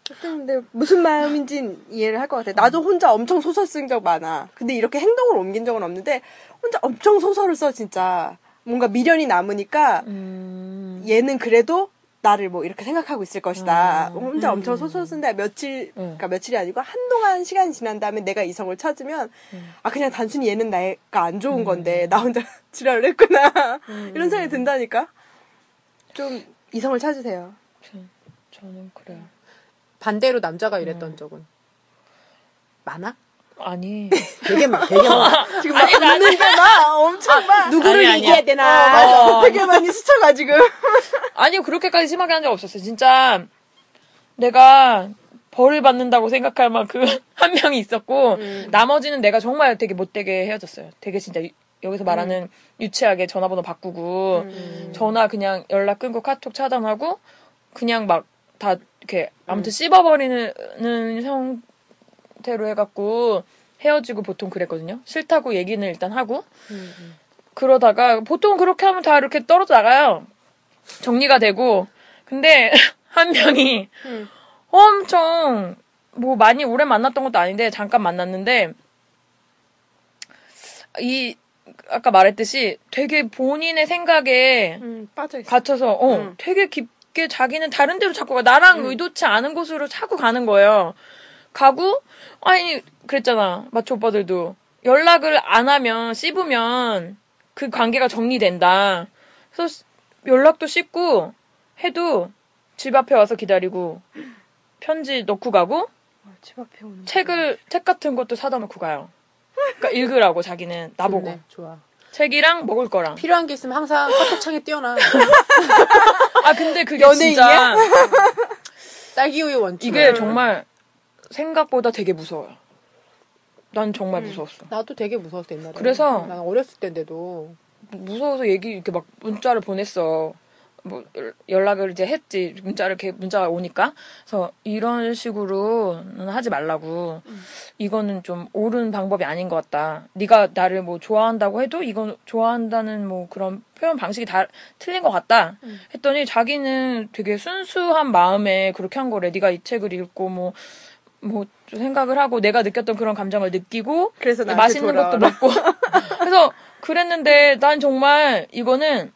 [SPEAKER 3] 하여튼 근데 무슨 마음인진 이해를 할 것 같아. 나도 혼자 엄청 소설 쓴 적 많아. 근데 이렇게 행동을 옮긴 적은 없는데 혼자 엄청 소설을 써 진짜 뭔가 미련이 남으니까
[SPEAKER 2] 음.
[SPEAKER 3] 얘는 그래도 나를 뭐 이렇게 생각하고 있을 것이다. 혼자 엄청 소설 쓴다. 며칠, 그러니까 며칠이 아니고 한동안 시간이 지난 다음에 내가 이성을 찾으면 아 그냥 단순히 얘는 나가 안 좋은 건데 나 혼자 지랄을 했구나 이런 생각이 든다니까. 좀 이성을 찾으세요.
[SPEAKER 2] 아무튼 저는 그래요.
[SPEAKER 1] 반대로 남자가 이랬던
[SPEAKER 2] 음.
[SPEAKER 1] 적은 많아?
[SPEAKER 2] 아니.
[SPEAKER 1] 되게 많, 되게 많아.
[SPEAKER 3] 지금 막 웃는 게막 엄청 막
[SPEAKER 1] 누구를
[SPEAKER 2] 아니, 아니야. 어.
[SPEAKER 1] 얘기해야
[SPEAKER 3] 아,
[SPEAKER 1] 되나?
[SPEAKER 3] 맞아. 되게 많이 스쳐가 지금.
[SPEAKER 2] 아니요, 그렇게까지 심하게 한 적 없었어요. 진짜 내가 벌을 받는다고 생각할 만큼 한 명이 있었고, 나머지는 내가 정말 되게 못되게 헤어졌어요. 되게 진짜 유- 여기서 말하는 유치하게 전화번호 바꾸고,
[SPEAKER 3] 음.
[SPEAKER 2] 전화 그냥 연락 끊고 카톡 차단하고, 그냥 막 다 이렇게 아무튼 씹어버리는 형태로 해갖고 헤어지고 보통 그랬거든요. 싫다고 얘기는 일단 하고, 그러다가 보통 그렇게 하면 다 이렇게 떨어져 나가요. 정리가 되고 근데 한 명이
[SPEAKER 3] 음,
[SPEAKER 2] 엄청 뭐 많이 오래 만났던 것도 아닌데 잠깐 만났는데 이 아까 말했듯이 되게 본인의 생각에
[SPEAKER 3] 음, 빠져 있어.
[SPEAKER 2] 갇혀서 어 되게 깊게 자기는 다른 데로 자꾸 가 나랑 의도치 않은 곳으로 자꾸 가는 거예요. 가고 아니 그랬잖아 마초 오빠들도 연락을 안 하면 씹으면 그 관계가 정리된다. 그래서 시- 연락도 씹고 해도 집 앞에 와서 기다리고 편지 넣고 가고
[SPEAKER 3] 집 앞에 오는.
[SPEAKER 2] 책을 책 같은 것도 사다 놓고 가요. 그러니까 읽으라고 자기는 나보고
[SPEAKER 1] 좋네, 좋아.
[SPEAKER 2] 책이랑 먹을 거랑.
[SPEAKER 1] 필요한 게 있으면 항상 카톡창에 띄어놔.
[SPEAKER 2] 아 근데 그게
[SPEAKER 1] 연예인이야?
[SPEAKER 2] 진짜
[SPEAKER 1] 딸기우유 원칙.
[SPEAKER 2] 이게 정말 생각보다 되게 무서워요. 난 정말 무서웠어.
[SPEAKER 1] 나도 되게 무서웠어 옛날에.
[SPEAKER 2] 그래서-
[SPEAKER 1] 난 어렸을 때인데도
[SPEAKER 2] 무서워서 얘기 이렇게 막 문자를 보냈어. 뭐 연- 연락을 이제 했지. 문자를 이렇게 문자가 오니까. 그래서 이런 식으로는 하지 말라고. 이거는 좀 옳은 방법이 아닌 것 같다. 네가 나를 뭐 좋아한다고 해도 이건 좋아한다는 뭐 그런 표현 방식이 다 틀린 것 같다. 했더니 자기는 되게 순수한 마음에 그렇게 한 거래. 네가 이 책을 읽고 뭐 뭐좀 생각을 하고 내가 느꼈던 그런 감정을 느끼고
[SPEAKER 3] 그래서 나한테
[SPEAKER 2] 네, 맛있는 것도
[SPEAKER 3] 돌아와라.
[SPEAKER 2] 먹고 그래서 그랬는데 난 정말 이거는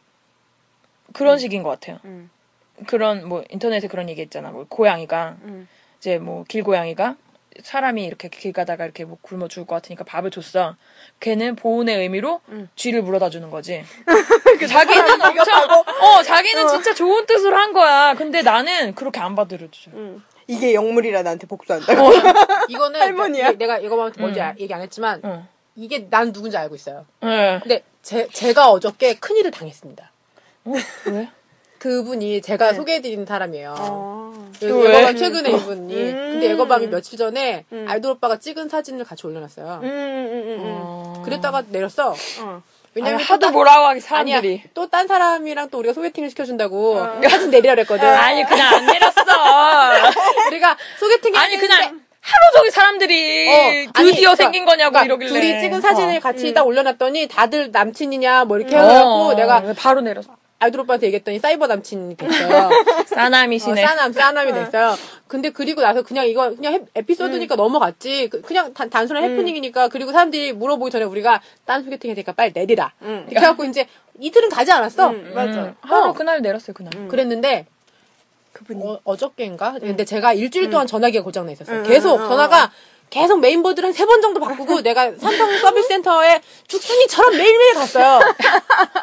[SPEAKER 2] 그런 식인 것 같아요.
[SPEAKER 3] 음.
[SPEAKER 2] 그런 뭐 인터넷에 그런 얘기 있잖아. 뭐 고양이가
[SPEAKER 3] 음.
[SPEAKER 2] 이제 뭐 길고양이가 사람이 이렇게 길 가다가 이렇게 뭐 굶어 죽을 것 같으니까 밥을 줬어. 걔는 보온의 의미로 쥐를 물어다 주는 거지. 자기는 엄청 그 어 자기는 진짜 좋은 뜻으로 한 거야. 근데 나는 그렇게 안 받아들여줘.
[SPEAKER 3] 음. 이게 영물이라 나한테 복수한다고.
[SPEAKER 1] 이거는
[SPEAKER 3] 할머니야.
[SPEAKER 1] 내- 내가 이거만
[SPEAKER 2] 음.
[SPEAKER 1] 뭔지 아- 얘기 안 했지만
[SPEAKER 2] 어.
[SPEAKER 1] 이게 난 누군지 알고 있어요.
[SPEAKER 2] 예.
[SPEAKER 1] 근데 제, 제가 어저께 큰 일을 당했습니다.
[SPEAKER 2] 어? 왜?
[SPEAKER 1] 그분이 제가 소개해드린 사람이에요.
[SPEAKER 3] 어.
[SPEAKER 1] 예-
[SPEAKER 2] 또 왜?
[SPEAKER 1] 예거밤 최근에 이분이
[SPEAKER 3] 음.
[SPEAKER 1] 근데 예거밤이 며칠 전에
[SPEAKER 2] 음.
[SPEAKER 1] 아이돌 오빠가 찍은 사진을 같이 올려놨어요.
[SPEAKER 3] 음, 음,
[SPEAKER 2] 어.
[SPEAKER 3] 음,
[SPEAKER 1] 그랬다가 내렸어.
[SPEAKER 3] 음. 어.
[SPEAKER 1] 왜냐면
[SPEAKER 2] 아니,
[SPEAKER 1] 또
[SPEAKER 2] 하도
[SPEAKER 1] 딴-
[SPEAKER 2] 뭐라고 하기
[SPEAKER 1] 아니야.
[SPEAKER 2] 사람들이. 어.
[SPEAKER 1] 또 딴 사람이랑 또 우리가 소개팅을 시켜준다고 사진 내리라 그랬거든.
[SPEAKER 2] 아니 그냥 안 내렸어.
[SPEAKER 1] 우리가 소개팅
[SPEAKER 2] 아니 그냥 하루 종일 사람들이 드디어 그러니까 생긴 거냐고 이러길래 어. 음.
[SPEAKER 1] 둘이 찍은 사진을 같이 딱 올려놨더니 다들 남친이냐 뭐 이렇게
[SPEAKER 2] 어.
[SPEAKER 1] 해갖고 내가
[SPEAKER 2] 어, 바로 내렸어.
[SPEAKER 1] 아이돌 오빠한테 얘기했더니 사이버 남친이 됐어요.
[SPEAKER 2] 사나미시네.
[SPEAKER 1] 어, 싸남 싸남이 됐어요. 근데 그리고 나서 그냥 이거 그냥 해- 에피소드니까 넘어갔지. 그- 그냥 단, 단순한 해프닝이니까 그리고 사람들이 물어보기 전에 우리가 딴 소개팅 해니까 빨리 내리라. 이렇게 해갖고 이제 이틀은 가지 않았어.
[SPEAKER 3] 음, 맞아.
[SPEAKER 2] 응. 음. 하루 그날 내렸어요 그날.
[SPEAKER 1] 그랬는데
[SPEAKER 3] 그분이.
[SPEAKER 1] 어, 어저께인가? 근데 제가 일주일 동안 전화기가 고장나 있었어요. 계속 전화가 계속 메인보드를 한 세 번 정도 바꾸고 내가 삼성 서비스 센터에 죽순이처럼 매일매일 갔어요.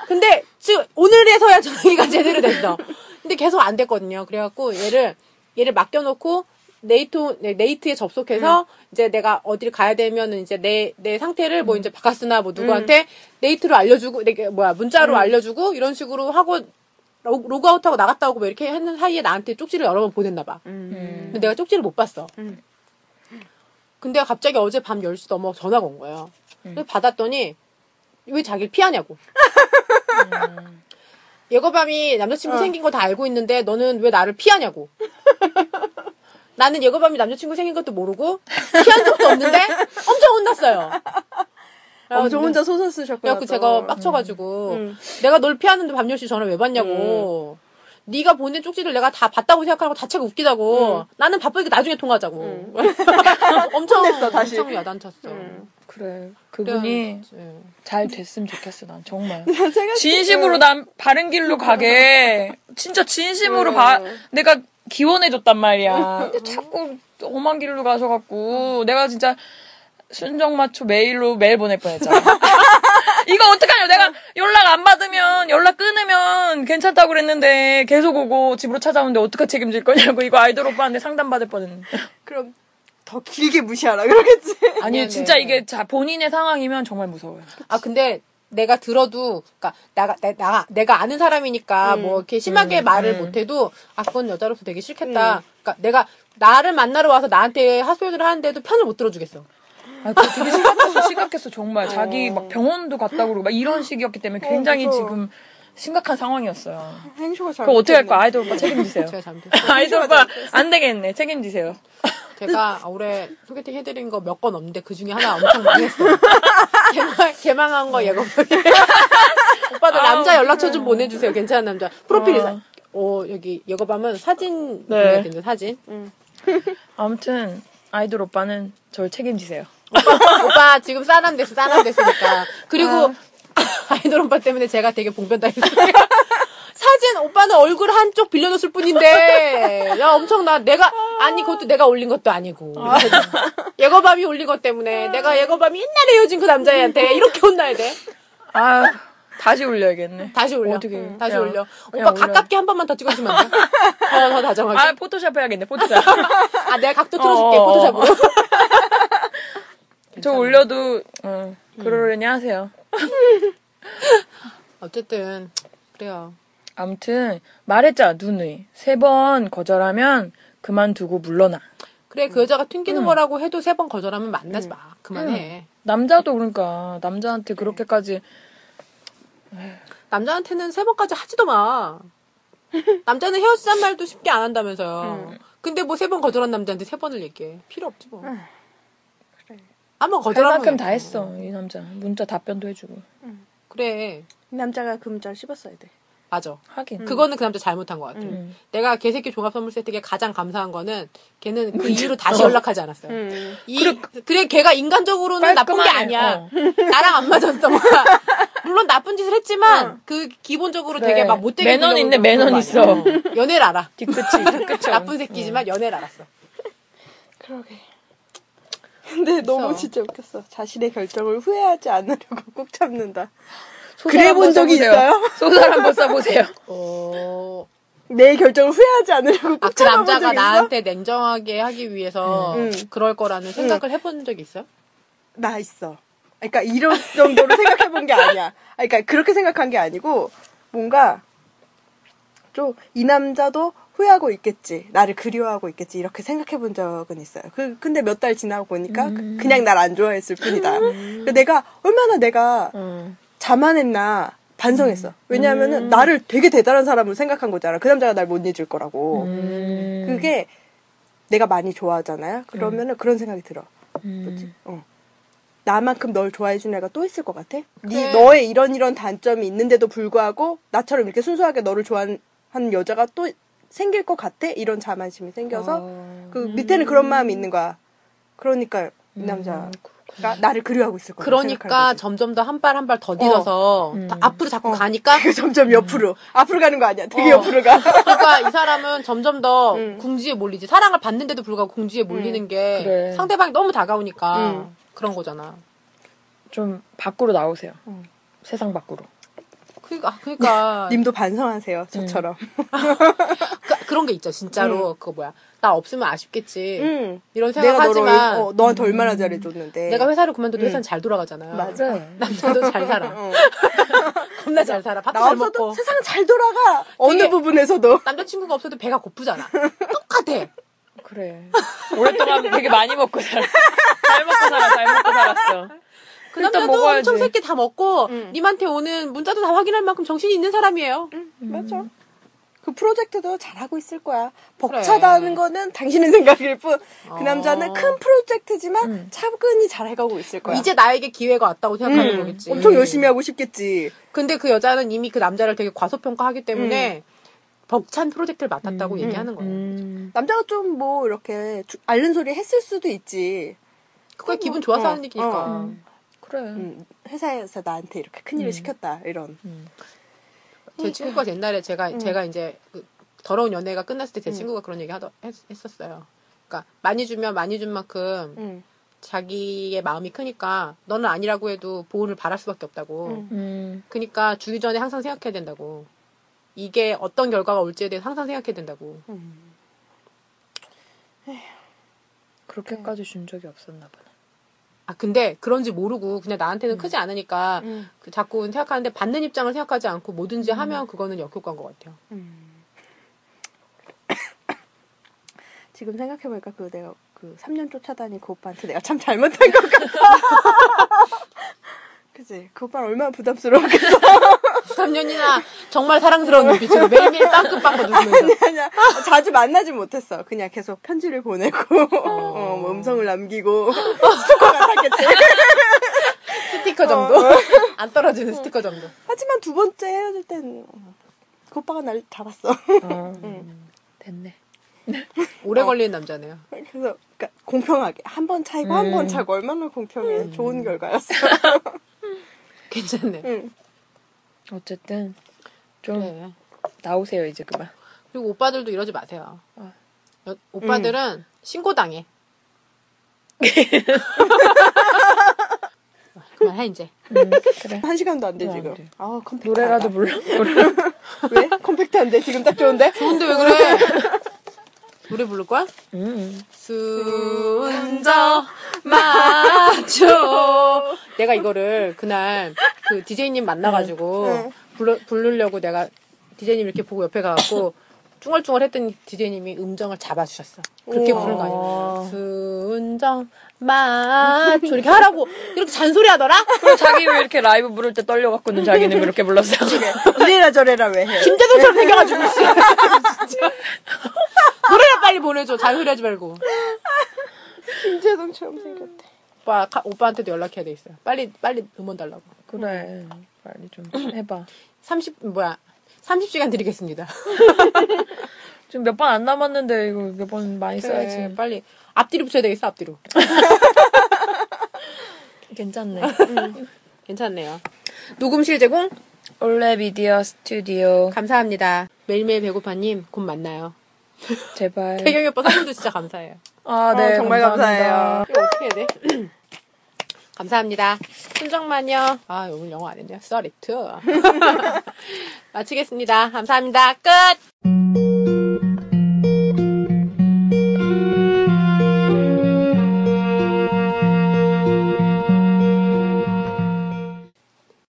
[SPEAKER 1] 근데 지금 오늘에서야 전화기가 제대로 됐어. 근데 계속 안 됐거든요. 그래갖고 얘를 얘를 맡겨놓고 네이트 네, 네이트에 접속해서 이제 내가 어디를 가야 되면은 이제 내 내 상태를 뭐 이제 바카스나 뭐 누구한테 네이트로 알려주고 내게 뭐야 문자로 알려주고 이런 식으로 하고 로- 로그아웃하고 나갔다 오고 뭐 이렇게 하는 사이에 나한테 쪽지를 여러 번 보냈나 봐.
[SPEAKER 3] 음.
[SPEAKER 2] 음.
[SPEAKER 1] 근데 내가 쪽지를 못 봤어. 근데 갑자기 어제 밤 10시 넘어 전화가 온 거예요.
[SPEAKER 3] 음.
[SPEAKER 1] 그래서 받았더니 왜 자기를 피하냐고. 예거밤이
[SPEAKER 3] 어.
[SPEAKER 1] 남자친구 생긴 거 다 알고 있는데 너는 왜 나를 피하냐고. 나는 예거밤이 남자친구 생긴 것도 모르고 피한 적도 없는데 엄청 혼났어요.
[SPEAKER 2] 음.
[SPEAKER 3] 엄청 어, 혼자 소설 쓰셨구나.
[SPEAKER 1] 그래갖고
[SPEAKER 3] 또. 음.
[SPEAKER 1] 제가 빡쳐가지고 내가 널 피하는데 밤 10시 전화 왜 받냐고 네가 보낸 쪽지를 내가 다 봤다고 생각하고 자체가
[SPEAKER 3] 음.
[SPEAKER 1] 웃기다고. 나는 바쁘니까 나중에 통화하자고. 엄청
[SPEAKER 3] 혼냈어, 다시. 음.
[SPEAKER 1] 엄청 야단쳤어.
[SPEAKER 2] 그래.
[SPEAKER 1] 그래야
[SPEAKER 2] 그분이
[SPEAKER 1] 됐지.
[SPEAKER 2] 잘 됐으면 좋겠어, 난 정말.
[SPEAKER 3] 생각
[SPEAKER 2] 음. 진심으로 난 바른 길로 가게. 진짜 진심으로 바, 내가 기원해줬단 말이야. 근데 자꾸 엄한 길로 가셔갖고, 내가 진짜 순정마초 메일로 메일 보낼 뻔했잖아. 이거 어떡하냐. 내가 연락 안 받으면, 연락 끊으면 괜찮다고 그랬는데, 계속 오고 집으로 찾아오는데 어떻게 책임질 거냐고, 이거 아이돌 오빠한테 상담받을 뻔했네.
[SPEAKER 3] 그럼 더 길게 무시하라 그러겠지.
[SPEAKER 2] 아니, 진짜 이게 자, 본인의 상황이면 정말 무서워요.
[SPEAKER 1] 아 근데 내가 들어도 그니까 나가 내, 나 내가 아는 사람이니까
[SPEAKER 3] 음.
[SPEAKER 1] 뭐 이렇게 심하게 말을 못해도 아 그건 여자로서 되게
[SPEAKER 3] 음.
[SPEAKER 1] 싫겠다. 그러니까 내가 나를 만나러 와서 나한테 하소연을 하는데도 편을 못 들어주겠어.
[SPEAKER 2] 아, 그거 되게 심각했어, 심각했어, 정말. 자기 막 병원도 갔다 그러고 막 이런 식이었기 때문에 굉장히
[SPEAKER 3] 무서워.
[SPEAKER 2] 지금 심각한 상황이었어요.
[SPEAKER 3] 행쇼가 잘.
[SPEAKER 2] 그거 어떻게 할 거야? 아이돌 오빠 책임지세요.
[SPEAKER 1] 제가 잘못했어요.
[SPEAKER 2] 아이돌 오빠 안 되겠네. 책임지세요.
[SPEAKER 1] 제가 올해 소개팅 해드린 거 몇 건 없는데 그 중에 하나 엄청 망했어요. 개망, 개망한 거 예고 오빠들 남자 연락처 좀 보내주세요. 괜찮은 남자. 프로필이 사, 어, 여기 예고밤은 사진
[SPEAKER 2] 네.
[SPEAKER 1] 보내야 되는데 사진.
[SPEAKER 2] 아무튼 아이돌 오빠는 절 책임지세요.
[SPEAKER 1] 오빠 지금 싸남 됐어 싸남 됐으니까
[SPEAKER 2] 아.
[SPEAKER 1] 그리고 아이돌 오빠 때문에 제가 되게 봉변당했어요 사진 오빠는 얼굴 한쪽 빌려줬을 뿐인데 야 엄청나 내가 아니 그것도 내가 올린 것도 아니고 예거밤이 올린 것 때문에 내가 예거밤이 옛날에 헤어진 그 남자애한테 이렇게 혼나야 돼
[SPEAKER 2] 아, 다시 올려야겠네.
[SPEAKER 1] 다시 올려
[SPEAKER 2] 어떡해.
[SPEAKER 1] 다시
[SPEAKER 2] 야.
[SPEAKER 1] 올려
[SPEAKER 2] 야,
[SPEAKER 1] 오빠
[SPEAKER 2] 올려.
[SPEAKER 1] 가깝게 한 번만 더 찍어주면 안 돼? 더, 더 다정하게
[SPEAKER 2] 아, 포토샵 해야겠네. 포토샵.
[SPEAKER 1] 아 내가 각도 틀어줄게
[SPEAKER 2] 어, 어, 어.
[SPEAKER 1] 포토샵으로
[SPEAKER 2] 저 올려도 음, 그러려니 하세요.
[SPEAKER 1] 어쨌든 그래요
[SPEAKER 2] 아무튼 말했자 누누이 세 번 거절하면 그만두고 물러나.
[SPEAKER 1] 그래 그 여자가 튕기는 거라고 해도 세 번 거절하면 만나지 마 그만해
[SPEAKER 2] 남자도 그러니까 남자한테 그렇게까지
[SPEAKER 1] 남자한테는 세 번까지 하지도 마. 남자는 헤어지란 말도 쉽게 안 한다면서요. 근데 뭐 세 번 거절한 남자한테 세 번을 얘기해. 필요 없지 뭐.
[SPEAKER 3] 음.
[SPEAKER 1] 한번
[SPEAKER 2] 할
[SPEAKER 1] 거절하면.
[SPEAKER 2] 만큼 다 했어 이 남자 문자 답변도 해주고
[SPEAKER 1] 그래.
[SPEAKER 3] 남자가 금절 씹었어야 돼.
[SPEAKER 1] 맞아.
[SPEAKER 2] 하긴
[SPEAKER 1] 그거는 그 남자 잘못한 것 같아. 내가 개새끼 종합 선물 세트에 가장 감사한 거는 걔는 그 이후로 다시 연락하지 않았어요.
[SPEAKER 2] 음.
[SPEAKER 1] 이, 그래, 걔가 인간적으로는 나쁜 게
[SPEAKER 2] 깔끔하네.
[SPEAKER 1] 아니야.
[SPEAKER 2] 어.
[SPEAKER 1] 나랑 안 맞았어. 뭐. 물론 나쁜 짓을 했지만 그 기본적으로
[SPEAKER 2] 그래.
[SPEAKER 1] 되게 막 못되게
[SPEAKER 2] 매너는
[SPEAKER 1] 굴려고
[SPEAKER 2] 있네,
[SPEAKER 1] 그런
[SPEAKER 2] 매너는
[SPEAKER 1] 거
[SPEAKER 2] 있어.
[SPEAKER 1] 아니야. 어. 연애를 알아.
[SPEAKER 2] 뒤끝이 뒤끝이
[SPEAKER 1] 나쁜 새끼지만 연애를 알았어.
[SPEAKER 3] 그러게. 근데 너무 진짜 웃겼어. 자신의 결정을 후회하지 않으려고 꾹 참는다.
[SPEAKER 2] 소설
[SPEAKER 3] 그래
[SPEAKER 2] 한번
[SPEAKER 3] 본 적이
[SPEAKER 2] 써보세요.
[SPEAKER 3] 있어요?
[SPEAKER 2] 소설 한번 써보세요
[SPEAKER 1] 어.
[SPEAKER 3] 내 결정을 후회하지 않으려고
[SPEAKER 1] 아,
[SPEAKER 3] 꾹
[SPEAKER 1] 그
[SPEAKER 3] 참아본 적
[SPEAKER 1] 남자가
[SPEAKER 3] 있어?
[SPEAKER 1] 나한테 냉정하게 하기 위해서
[SPEAKER 3] 음.
[SPEAKER 1] 그럴 거라는 생각을 해본 적 있어요?
[SPEAKER 3] 나 있어. 그러니까 이런 정도로 생각해 본 게 아니야. 아, 그러니까 그렇게 생각한 게 아니고 뭔가 좀 이 남자도 후회하고 있겠지. 나를 그리워하고 있겠지. 이렇게 생각해 본 적은 있어요. 그, 근데 몇 달 지나고 보니까 그- 그냥 날 안 좋아했을 뿐이다. 그 내가 얼마나 내가 자만했나 반성했어. 왜냐하면은 나를 되게 대단한 사람으로 생각한 거잖아. 그 남자가 날 못 잊을 거라고.
[SPEAKER 2] 음.
[SPEAKER 3] 그게 내가 많이 좋아하잖아요. 그러면은 그런 생각이 들어.
[SPEAKER 2] 음.
[SPEAKER 3] 뭐지? 어. 나만큼 널 좋아해주는 애가 또 있을 것 같아? 네, 너의 이런 이런 단점이 있는데도 불구하고 나처럼 이렇게 순수하게 너를 좋아하는 여자가 또 생길 것 같아? 이런 자만심이 생겨서
[SPEAKER 1] 어.
[SPEAKER 3] 그 밑에는 그런 마음이 있는 거야. 그러니까 이 남자가 나를 그리워하고 있을 거야.
[SPEAKER 1] 음, 그러니까 점점 더 한 발 한 발 더 밀어서 다 앞으로 자꾸 가니까 음. 어.
[SPEAKER 3] 그 점점 옆으로 앞으로 가는 거 아니야? 되게 옆으로 가.
[SPEAKER 1] 그러니까 이 사람은 점점 더
[SPEAKER 3] 음.
[SPEAKER 1] 궁지에 몰리지 사랑을 받는데도 불구하고 궁지에 몰리는 게
[SPEAKER 2] 그래.
[SPEAKER 1] 상대방이 너무 다가오니까
[SPEAKER 3] 음.
[SPEAKER 1] 그런 거잖아.
[SPEAKER 2] 좀 밖으로 나오세요
[SPEAKER 3] 어.
[SPEAKER 2] 세상 밖으로
[SPEAKER 1] 그러니까 아, 그러니까
[SPEAKER 3] 님도 반성하세요. 저처럼.
[SPEAKER 1] 음. 그, 런게 있죠 진짜로 그거 뭐야 나 없으면 아쉽겠지
[SPEAKER 3] 음.
[SPEAKER 1] 이런 네.
[SPEAKER 3] 내가 너를
[SPEAKER 1] 생각하지만 음.
[SPEAKER 3] 어, 너한테 얼마나 잘해줬는데.
[SPEAKER 1] 내가 회사를 그만둬도 회사는 잘 돌아가잖아요.
[SPEAKER 3] 맞아. 어.
[SPEAKER 1] 남자도 잘 살아. 겁나 잘 살아. 밥도
[SPEAKER 3] 나
[SPEAKER 1] 잘
[SPEAKER 3] 없어도
[SPEAKER 1] 먹고.
[SPEAKER 3] 세상 잘 돌아가. 어느
[SPEAKER 1] 되게-
[SPEAKER 3] 부분에서도.
[SPEAKER 1] 남자친구가 없어도 배가 고프잖아. 똑같아.
[SPEAKER 2] 그래 오랫동안 되게 많이 먹고 살아 잘 먹고 살아 잘 먹고 살았어
[SPEAKER 1] 그
[SPEAKER 2] 일단
[SPEAKER 1] 남자도
[SPEAKER 2] 먹어야지.
[SPEAKER 1] 엄청 새끼 다 먹고
[SPEAKER 3] 음.
[SPEAKER 1] 님한테 오는 문자도 다 확인할 만큼 정신이 있는 사람이에요.
[SPEAKER 3] 맞아. 그 프로젝트도 잘하고 있을 거야. 벅차다는 거는 당신의 생각일 뿐.
[SPEAKER 1] 어.
[SPEAKER 3] 그 남자는 큰 프로젝트지만 차근히 잘해가고 있을
[SPEAKER 1] 음.
[SPEAKER 3] 거야. 음.
[SPEAKER 1] 이제 나에게 기회가 왔다고 생각하는 거겠지.
[SPEAKER 3] 엄청 열심히 하고 싶겠지.
[SPEAKER 1] 근데 그 여자는 이미 그 남자를 되게 과소평가하기 때문에 벅찬 프로젝트를 맡았다고
[SPEAKER 2] 음,
[SPEAKER 1] 얘기하는 거예요.
[SPEAKER 2] 음.
[SPEAKER 3] 남자가 좀 뭐 이렇게 주- 앓는 소리 했을 수도 있지.
[SPEAKER 1] 그게
[SPEAKER 3] 뭐,
[SPEAKER 1] 기분 좋아서
[SPEAKER 3] 어,
[SPEAKER 1] 하는 얘기니까.
[SPEAKER 3] 어.
[SPEAKER 2] 음. 그래.
[SPEAKER 3] 음, 회사에서 나한테 이렇게 큰 일을
[SPEAKER 2] 음.
[SPEAKER 3] 시켰다 이런.
[SPEAKER 1] 제 친구가 옛날에 제가 제가 이제 그 더러운 연애가 끝났을 때 제 친구가 그런 얘기 하더 했, 었어요 그러니까 많이 주면 많이 준 만큼
[SPEAKER 3] 음.
[SPEAKER 1] 자기의 마음이 크니까 너는 아니라고 해도 보호를 바랄 수밖에 없다고.
[SPEAKER 3] 음.
[SPEAKER 2] 음.
[SPEAKER 1] 그러니까 주기 전에 항상 생각해야 된다고. 이게 어떤 결과가 올지에 대해서 항상 생각해야 된다고.
[SPEAKER 3] 음. 음.
[SPEAKER 2] 그렇게까지 준 적이 없었나 보네.
[SPEAKER 1] 아 근데 그런지 모르고 그냥 나한테는 크지 않으니까
[SPEAKER 3] 음.
[SPEAKER 1] 그 자꾸 생각하는데 받는 입장을 생각하지 않고 뭐든지 하면 그거는 역효과인 것 같아요.
[SPEAKER 3] 음. 지금 생각해보니까 그 내가 그 3년 쫓아다닌 그 오빠한테 내가 참 잘못한 것 같다. 그지? 그 오빠는 얼마나 부담스러웠겠어.
[SPEAKER 1] 3년이나 정말 사랑스러운 눈빛으로 매일매일 빵긋빵긋 웃으면서
[SPEAKER 3] 아니야. 자주 만나지 못했어. 그냥 계속 편지를 보내고, 어, 뭐 음성을 남기고, 스토커가 탔겠지.
[SPEAKER 1] 스티커 정도?
[SPEAKER 3] 어,
[SPEAKER 1] 안 떨어지는 스티커 정도.
[SPEAKER 3] 하지만 두 번째 헤어질 땐, 어, 그 오빠가 날 잡았어.
[SPEAKER 2] 어. 음. 됐네.
[SPEAKER 3] 어.
[SPEAKER 1] 오래 걸리는 남자네요.
[SPEAKER 3] 그래서 그러니까 공평하게 한 번 차이고 한
[SPEAKER 2] 음.
[SPEAKER 3] 번 차고 얼마나 공평해 좋은 결과였어. 음.
[SPEAKER 1] 괜찮네.
[SPEAKER 3] 응.
[SPEAKER 2] 어쨌든
[SPEAKER 3] 음.
[SPEAKER 2] 좀
[SPEAKER 3] 네.
[SPEAKER 1] 그래.
[SPEAKER 2] 나오세요 이제 그만.
[SPEAKER 1] 네. 그리고 오빠들도 이러지 마세요.
[SPEAKER 2] 어.
[SPEAKER 1] 여-
[SPEAKER 3] 음.
[SPEAKER 1] 오빠들은 신고당해. 그만해 이제.
[SPEAKER 2] 음, 그래.
[SPEAKER 3] 한 시간도 안 돼
[SPEAKER 2] 어, 안
[SPEAKER 3] 지금.
[SPEAKER 2] 돼.
[SPEAKER 3] 아 컴팩트.
[SPEAKER 2] 노래라도 불러. 노래.
[SPEAKER 3] 왜? 컴팩트한데 지금 딱 좋은데.
[SPEAKER 1] 근데 왜 그래? 노래 부를 거야?
[SPEAKER 2] 음.
[SPEAKER 1] 순저 마초 내가 이거를 그날 그 DJ님 만나가지고
[SPEAKER 3] 응.
[SPEAKER 1] 불러, 부르려고 내가 DJ님 이렇게 보고 옆에 가갖고 중얼중얼 했더니 DJ님이 음정을 잡아주셨어. 그렇게
[SPEAKER 3] 우와.
[SPEAKER 1] 부른 거 아니야. 순정 마초 이렇게 하라고 이렇게 잔소리 하더라?
[SPEAKER 2] 그럼 자기 왜 이렇게 라이브 부를 때 떨려갖고는 자기는 그렇게 불렀어.
[SPEAKER 3] 이래라 저래라 왜 해?
[SPEAKER 1] 김대동처럼 생겨가지고 있어. 진짜. 노래나 빨리 보내줘. 잔소리 하지 말고.
[SPEAKER 3] 김재동처럼 생겼대.
[SPEAKER 1] 오빠, 가- 오빠한테도 연락해야 돼 있어요. 빨리, 빨리 음원 달라고.
[SPEAKER 2] 그래. 빨리 좀 해봐.
[SPEAKER 1] 30 뭐야 30시간 드리겠습니다.
[SPEAKER 2] 지금 몇 번 안 남았는데 이거 몇 번 많이 써야지.
[SPEAKER 1] 써야지 빨리 앞뒤로 붙여야 되겠어 앞뒤로.
[SPEAKER 2] 괜찮네.
[SPEAKER 1] 괜찮네요. 녹음실 제공
[SPEAKER 2] 올레 미디어 스튜디오.
[SPEAKER 1] 감사합니다. 매일매일 배고파님 곧 만나요.
[SPEAKER 2] 제발.
[SPEAKER 1] 태경이 오빠 선물도 진짜 감사해요.
[SPEAKER 2] 아,
[SPEAKER 3] 어, 정말 감사해요.
[SPEAKER 1] 이거 어떻게 해야 돼? 감사합니다. 순정마녀. 아 오늘 영어 안 했네요. Sorry too. 마치겠습니다. 감사합니다. 끝.